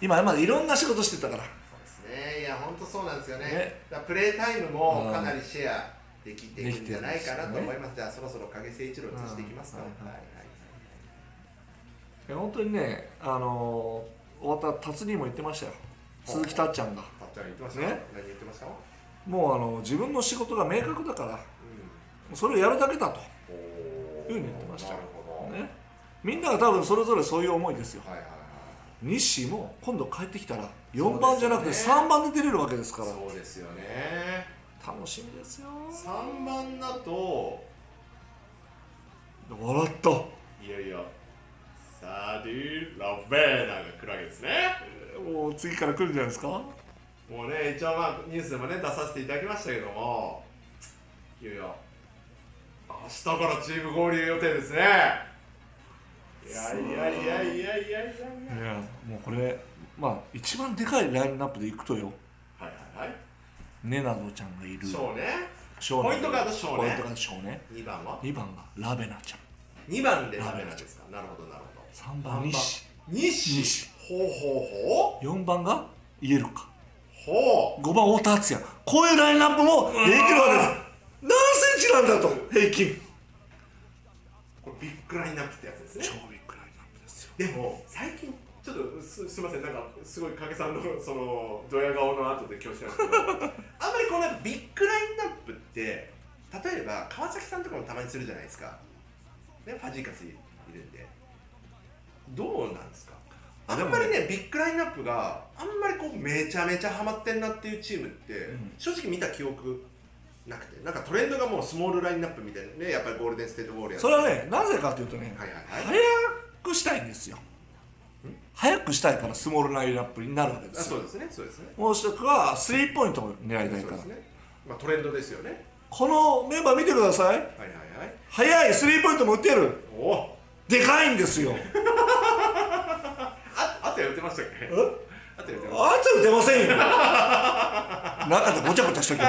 D: 今今までいろんな仕事してたから
C: そうですね、いや、本当そうなんですよね、
D: ね
C: だからプレータイムもかなりシェアできていくんじゃないかな
D: で
C: と
D: きてるんですよね
C: 思います、じゃあ、そろそろ影誠一郎移していきますか、
D: うん
C: はい
D: はい
C: はい
D: いや本当にねあの終わった達人も言ってましたよ鈴木たっちゃんが
C: たっちゃん言ってました、ね
D: ね、
C: 何言ってましたうん
D: もうあの自分の仕事が明確だからそれをやるだけだと
C: お
D: いうふうに言ってましたよ
C: なるほど、
D: ねみんなが多分それぞれそういう思いですよ
C: はいはい
D: 西も今度帰ってきたら4番じゃなくて3番で出れるわけですから
C: はいそうですよね
D: 楽しみですよ
C: 3番だと
D: 笑った
C: いよいよサディ・ラベーナが来るわけですね
D: もう次から来るんじゃないですか
C: もうね、一応まあニュースでもね、出させていただきましたけども、いよいよ、明日からチーム合流予定ですね。いやいやいやいやいやいやい
D: い
C: や。
D: やもうこれまあ一番でかいラインナップでいくとよ
C: はいはいはい。
D: ねなどちゃんがいる
C: そうね
D: 少
C: ポイントガード少年
D: ポイントガード少年
C: 2番は
D: 2番がラベナちゃん
C: 2番でラベナですかなるほどなるほど
D: 3番西
C: 西
D: 西
C: ほうほ
D: 4番がイエルカ
C: うほうほ
D: 5番太田敦也こういうラインナップも平均のわけです何センチなんだと平均
C: うこれビッグラインナップってやつですね
D: 超ビッグラインナップですよ
C: でも最近ちょっとすすいませんなんかすごい影さんの そのドヤ顔の後で恐縮なんですけど あんまりこのビッグラインナップって例えば川崎さんとかもたまにするじゃないですかねファジーカスいるんでどうなんですかあんまりねビッグラインナップがあんまりこうめちゃめちゃハマってんなっていうチームって、
D: ん
C: 正直見た記憶なくてなんかトレンドがもうスモールラインナップみたいなねやっぱりゴールデンステートウォーリアーズ
D: それはねなぜかというとね、
C: はいはいはい
D: 早くしたいんですよ早くしたいからスモールラインナップになるわけで
C: あ
D: す
C: そ
D: よ
C: うですねそうですね
D: もう一つはスリーポイントを狙いたい
C: そうで
D: から、
C: すね。まあトレンドですよね。
D: このメンバー見てくださ
C: はい
D: い
C: はいはい。
D: 早いスリーポイントも打てる
C: おお。
D: でかいんですよ
C: ああとやってましたっけ？あとやってまし
D: あいつ打てませんよ 中でごちゃごちゃしたけど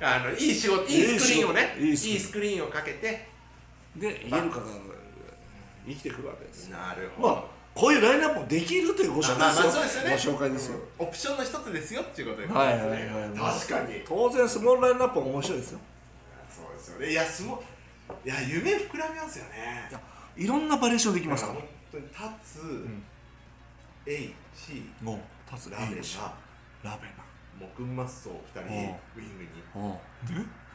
C: た。あのいい仕事いいスクリーンをね。
D: い
C: い
D: い
C: い
D: 仕事
C: スクリーンをかけて。
D: でイエルカが生きてくるわけですよ
C: なる
D: まあこういうラインナップもできるというご紹
C: まあ
D: 介
C: まあそうで
D: で
C: すす
D: よ
C: よね。
D: ご紹介ですよ
C: うん。オプションの一つですよっていうことですね。
D: はいはいはい
C: 確かに。
D: 当然スモールラインナップも面白いですよ
C: そうですよね。いやすごい。いや夢膨らみますよね。
D: いろんなバリエーションできますから
C: 本当に立つ、
D: ん
C: H
D: もう立つ
C: ラベナ
D: ラベナ
C: モクンマッソ二人ウイングに。
D: おう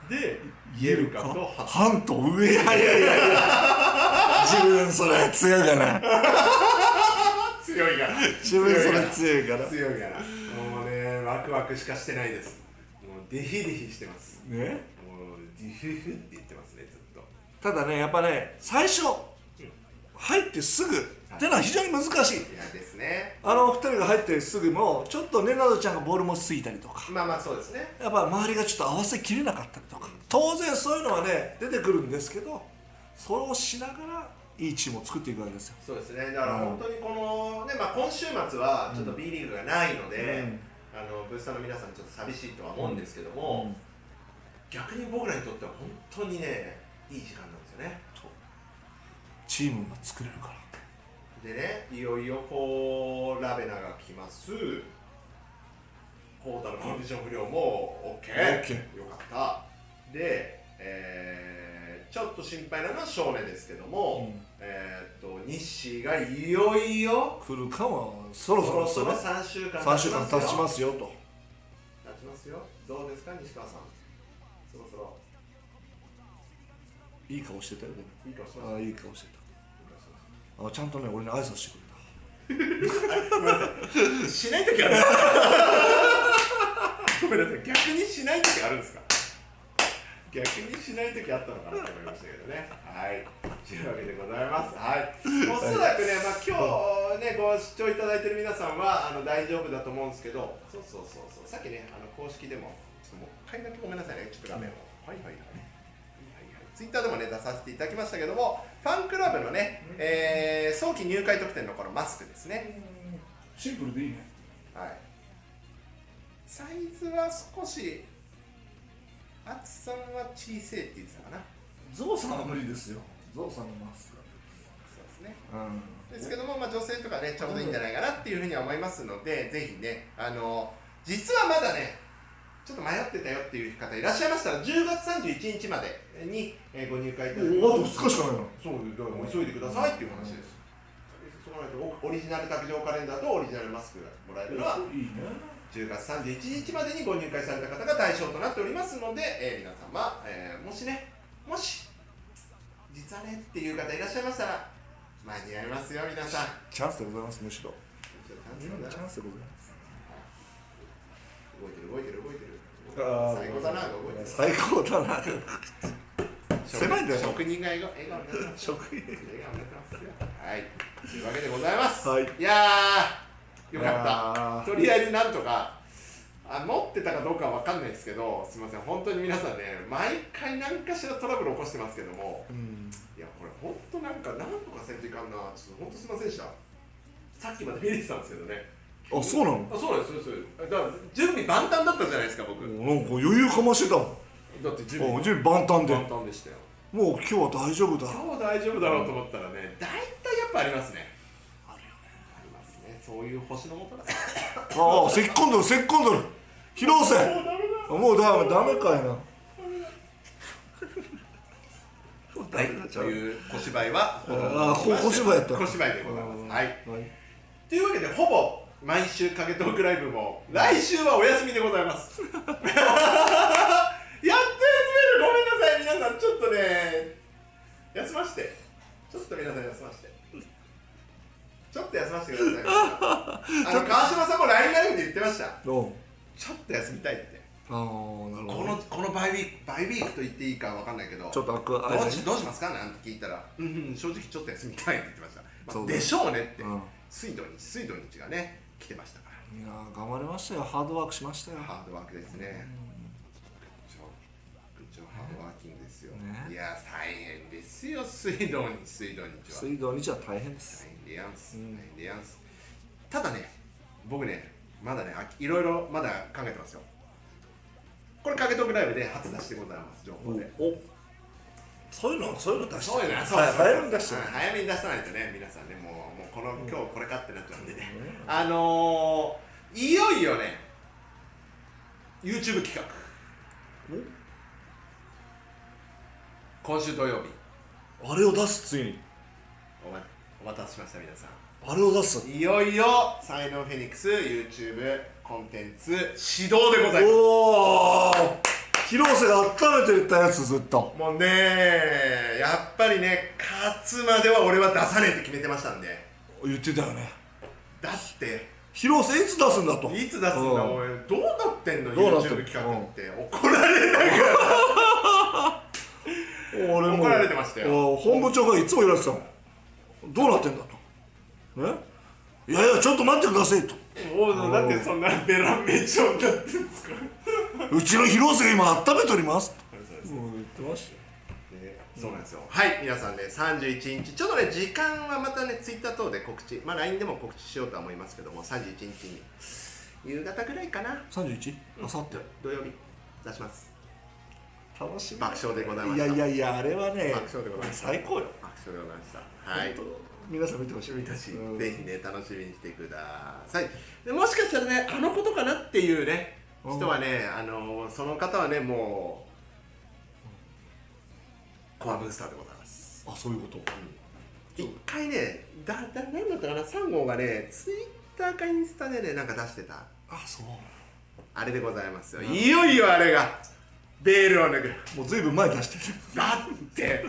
C: で
D: イ
C: イ
D: エ
C: エ
D: ル
C: ル
D: カ
C: カ
D: と
C: とハ
D: ハント上いやいやいやいや自分それ強いかな
C: 強いから
D: 自分それ強いから
C: 強いからもうねワクワクしかしてないですもうデヒデヒしてますも
D: ね
C: うディフフって言ってますねずっと
D: ただねやっぱね最初入ってすぐってのは非常に難しい
C: いやですね
D: あの二人が入ってすぐもちょっとねなどちゃんがボールもついたりとか
C: まあまあそうですね
D: やっぱ周りがちょっと合わせきれなかったりとか当然そういうのはね出てくるんですけどそれをしながらいいチームを作っていくわけですよ
C: そうですねだから本当にこの、ねまあ、今週末はちょっと B リーグがないので、
D: うん
C: あのブースターの皆さんちょっと寂しいとは思うんですけども、
D: うん
C: 逆に僕らにとっては本当にねいい時間なんですよね
D: チームが作れるから
C: でねいよいよこうラベナが来ますコータのコンディション不良も OK,
D: OK
C: よかったで、えーちょっと心配なのは少年ですけども、
D: うん
C: えーっと西がいよいよ
D: 来るかもそろ
C: そ
D: そ
C: ろ
D: ろ
C: そ
D: そ
C: ろ
D: ろ
C: 3週間
D: 3週間経ちますすよと
C: よ経ちますよどうですか西川さんそろそろ
D: いい顔してたよでも
C: いい顔してます
D: ああいい顔してたあちゃんとね俺に挨拶してくれた
C: しない時あるんですか ごめんなさい逆にしない時あるんですか逆にしない時あったのかなと思いましたけどねはいというわけでございますはいおそらくね、まあ、今日ねご視聴いただいてる皆さんはあの大丈夫だと思うんですけどそうそうそうそうさっきねあの公式でもちょっともう一回だけごめんなさいねちょっと画面をはいはいはいツイッターでもね出させていただきましたけどもファンクラブのね、えー早期入会特典のこのマスクですね、
D: シンプルでいいね
C: はい、サイズは少し厚さは小せえって言ってたかな
D: ゾウさんは無理ですよゾウさんのマスク
C: そうですね
D: うん
C: ですけども、まあ、女性とかねちょうどいいんじゃないかなっていうふうには思いますのでぜひねあの実はまだねちょっと迷ってたよっていう方いらっしゃいましたら10月31日までにえーご入会いただき
D: おあと
C: ます
D: 2日しかないの
C: そうだからもう急いでくださいっていう話ですそうなるとオリジナル卓上カレンダーとオリジナルマスクがもらえるのはい
D: いね
C: 10月31日までにご入会された方が対象となっておりますので、えー皆様、えーもしねもし実はねっていう方いらっしゃいましたら間に合いますよ皆さん
D: チャンスでございますむしろ
C: チ
D: チ
C: ャンスだな
D: ャンスでございます
C: 動いてる動いてる動いてる
D: あー
C: 最高だな動いてる
D: 最高だな 狭いんだよ
C: 職人が笑顔笑顔になってます
D: 職員
C: 笑顔になってますよはいというわけでございます、
D: はい
C: いやーよか
D: いやー
C: ったとりあえずなんとかあ持ってたかどうかは分かんないですけどすいません本当に皆さんね毎回何かしらトラブル起こしてますけども
D: うん
C: いやこれ本当なんかなんとかせんといかんなちょっと本当すいませんでしたさっきまで見れてたんですけどね
D: あそうなの
C: あそうなんですよそうですだから準備万端だったじゃないですか僕だ
D: なんか余裕かましてたもん
C: って準
D: あ
C: 備
D: 準備万端で
C: 万端でしたよ
D: もう今日は大丈夫だ
C: 今日大丈夫だろうと思ったらね大体やっぱありますね
D: あるよね
C: ありますねそういう星のもとだ
D: ああせっこんどるせっこんどる広瀬もうダメダメかいな
C: はいという小芝居は
D: あー小芝居やった
C: 小芝居でございますはい
D: はい
C: というわけでほぼ毎週影トークライブも来週はお休みでございます やっと休めるごめんなさい皆さんちょっとね休ましてちょっと皆さん休ましてちょっと休ませてくださいあの川島さんも LINE ライブで言ってました
D: どう
C: ちょっと休みたいって
D: ああなる
C: こ
D: ほ
C: の
D: ど
C: このバイウィークバイウィークと言っていいかわかんないけど
D: ちょっと開く
C: ど
D: 間
C: う
D: に
C: しどうしますかなんて聞いたら、うんうん、正直ちょっと休みたいって言ってました、まあ
D: そうだ
C: でしょうねって、
D: うん
C: 水土日水土日がね来てましたから
D: いやー頑張りましたよハードワークしましたよ
C: ハードワークですね一応ハードワーキングですよ、
D: ね
C: いや大変ですよ水道日水道日は
D: 水道日は大変です
C: 大変でやんす、
D: う
C: 大
D: ん
C: 変でやんすただね僕ねまだねあいろいろまだ考えてますよこれ「かけトークライブ」で初出しでございます情報で
D: おそういうのそういうの出して
C: そうよね、そう
D: はい早めに出して
C: うん早めに出さないとね、皆さんね、もう、もうこの、今日これかってなっちゃうんでね。あのー、いよいよね、YouTube 企画。今週土曜日、
D: あれを出すついに
C: お待お待たせしました、皆さん。
D: あれを出す
C: いよいよ、才能フェニックス YouTube コンテンツ始動でございます。
D: おお広瀬が温めて言ったやつずっと
C: もうねやっぱりね、勝つまでは俺は出さねえって決めてましたんで、
D: 言ってたよね
C: だって、
D: 広瀬いつ出すんだと
C: いつ出すんだ、
D: うん
C: おいどうなってんの
D: どうなってん
C: YouTube 企画って、怒られながら
D: 俺も
C: 怒られてましたよ
D: お本部長がいつも言われてたもんどうなってんだとねいやいやちょっと待ってくださいと
C: おうだってそんなベランメチョンだってんですか
D: うちの広瀬が今温めておりますともう言ってまし
C: ねそうなんですよ、はい皆さんね31日ちょっとね時間はまたね Twitter 等で告知まあ LINE でも告知しようとは思いますけども31日に夕方ぐらいかな
D: た 31? あさって
C: 土曜日出します
D: 楽しみ
C: 爆笑でございま
D: い
C: した
D: やいやいやあれはね
C: 爆笑でございました
D: 最高よ
C: 爆笑でございましたはい
D: 本当皆さん見てほしい見てほし
C: うんぜひね楽しみにしてくださいでもしかしたらねあのことかなっていうね
D: うん
C: 人はねあのその方はねもうコアブースターでございます
D: あそういうこと
C: 一回ねだだ何だったかな3号がねツイッターかインスタでねなんか出してた
D: あそう
C: あれでございますよいよいよあれがベールを脱ぐ
D: もうずいぶん前出してる
C: だって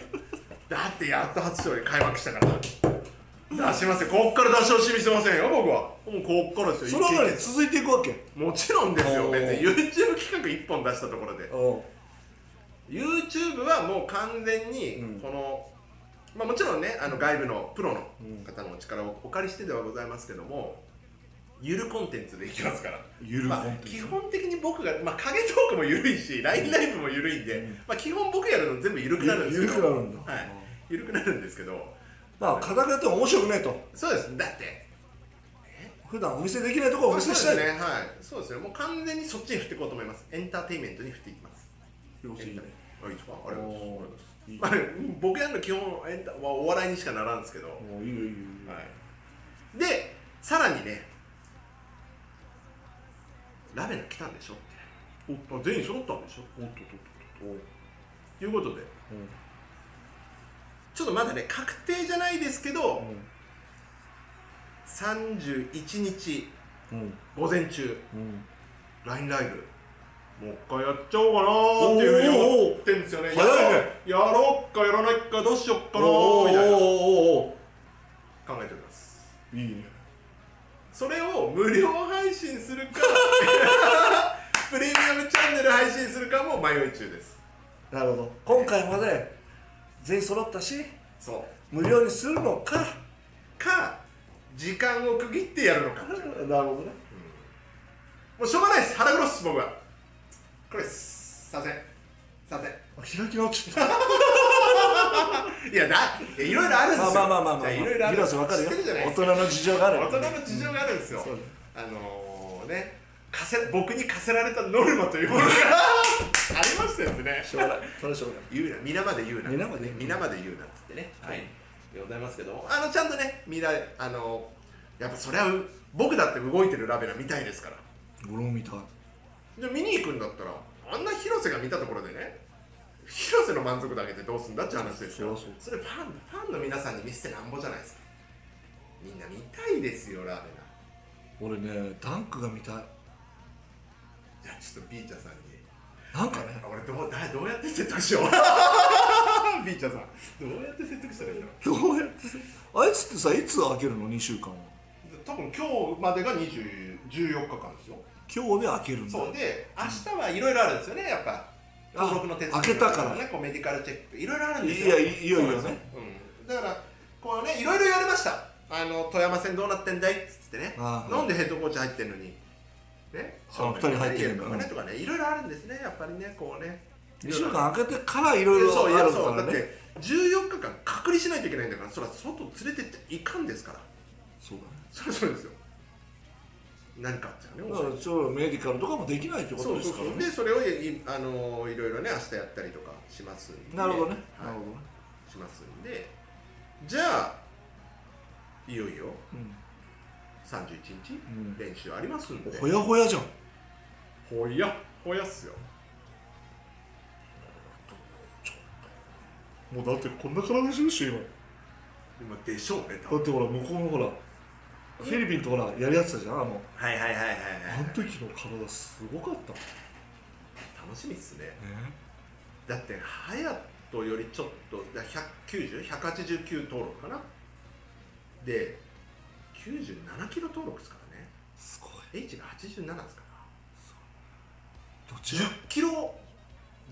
C: だってやっと初勝利開幕したから出しますよこっから出し惜しみしてませんよ僕はもうこっからですよ
D: それは何
C: 一日
D: 続いていくわけ
C: もちろんですよ
D: おー
C: 別に YouTube 企画1本出したところで
D: お
C: YouTube はもう完全にこの、まあ、もちろんねあの外部のプロの方のお力をお借りしてではございますけどもゆるコンテンツでいきますから
D: ゆるコンテンツ
C: まあ基本的に僕が、まあ、影トークもゆるいし LINE ライブもゆるいんで、まあ、基本僕やるの全部ゆるくなるんですけど
D: ゆるくなるんだ
C: はい、ゆるくなるんですけど
D: まあ肩書きって面白くないと
C: そうですだって
D: 普段お見せできないところをお見
C: そう
D: せ
C: で
D: し
C: す
D: たい
C: ねはいそうですねもう完全にそっちに振っていこうと思いますエンターテインメントに振っていきます
D: 広瀬いいね
C: あいいですかありがとうございます
D: おーいい
C: まあ、僕やるの基本エンタはお笑いにしかならんですけど、
D: もういいよいいよいいよ
C: はい、でさらにねラベナ来たんでしょっておあ全員揃ったんでしょおっとっとっとっとおということで、ちょっとまだね確定じゃないですけど、31日
D: うん
C: 午前中
D: うん、
C: LINE ライブもう一回やっちゃおうかなーっていうふうに思ってんですよね
D: おーおー早い
C: やろ
D: ね
C: うやろうかやらないかどうしよっかなー
D: お
C: み
D: ー
C: たいな
D: おーおーお
C: 考えております
D: ーいいね
C: それを無料配信す るかプレミアムチャンネル配信するかも迷い中です
D: なるほど今回まで全員揃ったし
C: そ
D: 無料にするのか
C: うか時間を区切ってやるのかも
D: なるほどね
C: うしょうがないです腹黒っす僕はこれですさせんさせ
D: あ開き直っちゃった
C: んいやだいやいろいろあるんですよ
D: まあままあまあまあまあ
C: じゃあいろいろある
D: 広瀬わかるよ
C: 知ってるじゃない
D: 大人の事情がある
C: 大人の事情があるんですよ、
D: そうだ
C: あのーね課せ僕に課せられたノルマというものが ありましたよね
D: しょうがないそれはしょうがない
C: 言うな皆まで言うな
D: 皆まで言うな
C: 皆まで言うなっつってね
D: はい
C: でございますけどもあのちゃんとねみんなあのやっぱそれはう僕だって動いてるラベラ見たいですから
D: 俺も見たい
C: じゃあ見に行くんだったらあんな広瀬が見たところでね広瀬の満足度上げてどうすんだって話ですよ
D: そりゃ
C: それファンファンの皆さんに見せてなんぼじゃないですかみんな見たいですよラーメン
D: 俺ねダンクが見たい
C: じゃあちょっとビーチャーさんに
D: なんかね
C: 俺どうだどうやって説得しようビーチャーさんどう やって説得したらいいんだろう
D: どうやってあいつってさいつ開けるの2週間は
C: 多分今日までが20 14日間ですよ
D: 今日で開けるんだ
C: そうで明日はいろいろあるんですよねやっぱ
D: あ
C: 登録の手続き
D: 開けたから
C: ねこうメディカルチェックいろいろあるんですよ
D: いやいいよいいよ
C: そうなんですうん、だからこうねいろいろ言われましたあの富山戦どうなってんだいっつってね
D: ああ
C: なんでヘッドコーチ入ってんのにね
D: あ二人入ってるんだ
C: とかねとかねいろいろあるんですねやっぱりねこうね
D: 2週間開けてからい
C: い
D: ろい
C: や
D: ろ
C: そうい
D: あ
C: や
D: る
C: そ
D: か
C: うだ
D: ら
C: っ
D: ね
C: て14日間隔離しないといけないんだからそら外連れてっちゃいかんですから
D: そうだね
C: そりゃそうですよ何かあっちゃうね
D: だからちょっとメディカルとかもできないってこと
C: そう
D: です
C: そう
D: から
C: そう
D: ね
C: でそれをいいあのーいろいろね明日やったりとかしますんで
D: なるほどね
C: はい
D: なるほどね
C: しますんでじゃあいよいよ31日、
D: ん
C: 練習ありますん
D: うん
C: で
D: ほやほやじゃん
C: ほやほやっすよ
D: もうだってこんな体してるでしょ今
C: 今でしょうね多
D: だっ
C: 分
D: てほら向こうのほらフィリピンとほらやり合ってたじゃんあの
C: はいはいはいはいはい
D: あの時の体すごかった
C: 楽しみっすね
D: ね
C: だって隼人よりちょっと190189登録かなで97キロ登録ですからね
D: すごい
C: H が87ですから
D: どちら
C: 10キロ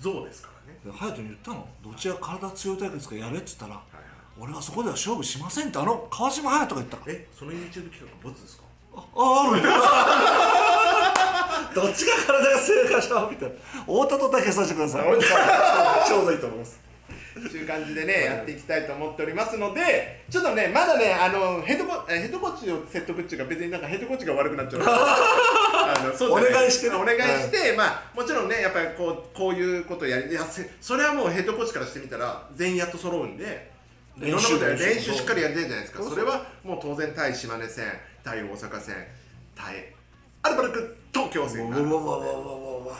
C: 増ですからね
D: 隼人に言ったのどちら体強い対決かやれって言ったら
C: はいはい
D: 俺はそこでは勝負しませんってあの川島隼人が言ったから
C: えその YouTube 企画ボツですか
D: あああるどっちが体が強いかしらみたいな太田とだけさせてくださいちょうどいいと思います
C: という感じでねやっていきたいと思っておりますのでちょっとねまだねあのヘッドコえヘッドコーチを説得っていうか別になんかヘッドコーチが悪くなっちゃう あのそうじゃな
D: お願いしてね
C: お願いして、まあもちろんねやっぱりこうこういうことをやりいやせそれはもうヘッドコーチからしてみたら全員やっと揃うんでいろんなことやる
D: 練習
C: 練習しっかりやりたいじゃないですか
D: そう
C: そ
D: そう
C: れはもう当然対島根戦対大阪戦対アルバルク東京戦がある
D: わわわわわわわ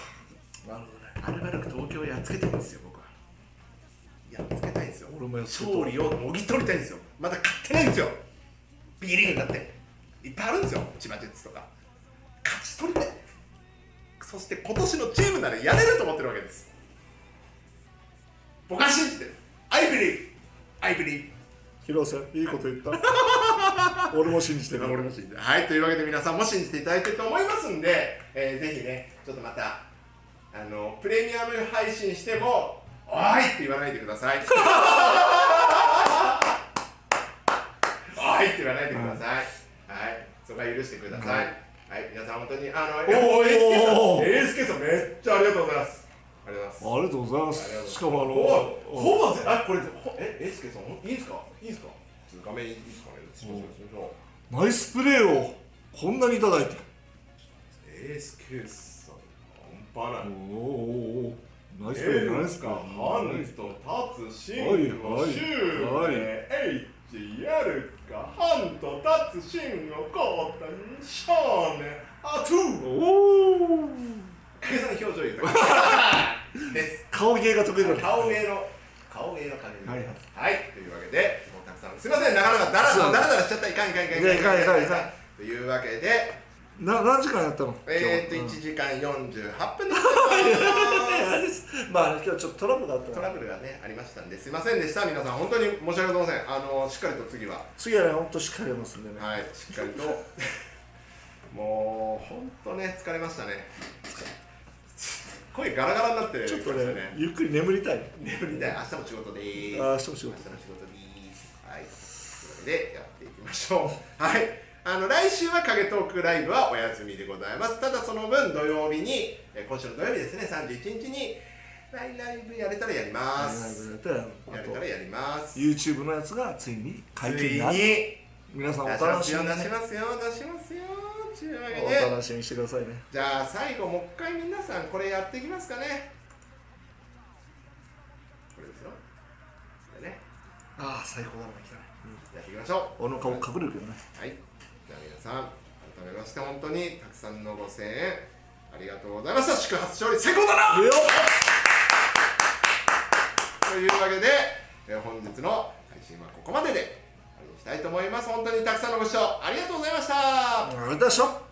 D: なるほどね
C: アルバルク東京をやっつけたいんですよ僕はやっつけたいんですよ
D: 俺もやっつけたい
C: 勝利をもぎ取りたいんですよまだ勝ってないんですよ B リーグだっていっぱいあるんですよ千葉ジェッツとか勝ち取りたいそして今年のチームならやれると思ってるわけです僕は信じてるアイブリーアイブリー
D: 広瀬いいこと言った俺も信じてる
C: 俺も信じてはいというわけで皆さんも信じていただいてると思いますんで、えーぜひねちょっとまたあのプレミアム配信しても「おーい!」って言わないでくだ さいおーいって言わないでください、はいそこは許してください、はい皆さん本当にあの
D: おー
C: えー SK さん SK さんめっちゃありがとうございますありがとうございます
D: ありがとうござい
C: ありがとうござ
D: ま
C: いますす
D: しかもあの
C: おい
D: うん
C: ほぼぜあこれほえエスケさんいいんすかいいんすかちょっと画面いいですかねすいませんすいません
D: ナイスプレーをこんなにいただいて
C: エースケースさん、半端な
D: お
C: い。
D: ーおーおーナイスプレー
C: エ
D: じゃない
C: ー
D: で
C: ス
D: す
C: か、
D: か
C: ハンスと立つ、シンゴ、シュ
D: は
C: ー
D: いはい
C: レ、エイチ、やるか、ハンと立つ、シンゴ、コータ、ショーネ、アトゥー。
D: おお
C: 影さんの表情豊かです。
D: 顔芸が得意だね
C: 顔芸の、顔芸の感じ。
D: はいはい
C: はい、というわけで、もうたくさん、すみません、なかなかダラダラダラダラしちゃった、いかんいかんいかんいかん。
D: いかんいかんいかん
C: というわけで、
D: な何時間やったの
C: えーっと、
D: 今日
C: 1時間48分で
D: あれです まあ今日ちょっとトラブルがあった
C: ト
D: から
C: ラブルがねありましたんですいませんでした皆さん本当に申し訳ございませんあのしっかりと次は
D: 次はね本当しっかりやりますんでね
C: はいしっかりと もう本当ね疲れましたね声ガラガラになって
D: ちょっと
C: きました
D: ねゆっくり眠りたい
C: 眠りたい明日も仕事でーす
D: あー明日
C: 明日も仕
D: も仕事
C: 事でーすはいというわけでやっていきましょうはいあの来週は影トークライブはお休みでございますただその分土曜日にえー今週の土曜日ですね31日にライライブやれたらやりま
D: はい
C: す
D: やれ
C: やれた
D: たら
C: ら
D: あと
C: やります。
D: YouTube のやつがついに解
C: つ
D: 禁
C: い
D: に
C: に
D: なる
C: 出し
D: 皆さんお
C: ま
D: 楽
C: す
D: しみ
C: よ、
D: に
C: 出
D: ね
C: しますよ、出しますよ。というわけ
D: お
C: で
D: 楽しみにしてくださいね
C: じゃあ最後もう一回皆さんこれやっていきますかねこれですよこれね
D: ああ最高だな来たね
C: やっていきましょう
D: 俺の顔隠れるけどね
C: はいじゃあ皆さん改めまして本当にたくさんのご声援ありがとうございました祝発勝利成功だな
D: よ
C: というわけで、えー本日の配信はここまでで終わりにしたいと思います本当にたくさんのご視聴ありがとうございました
D: っありがとうございました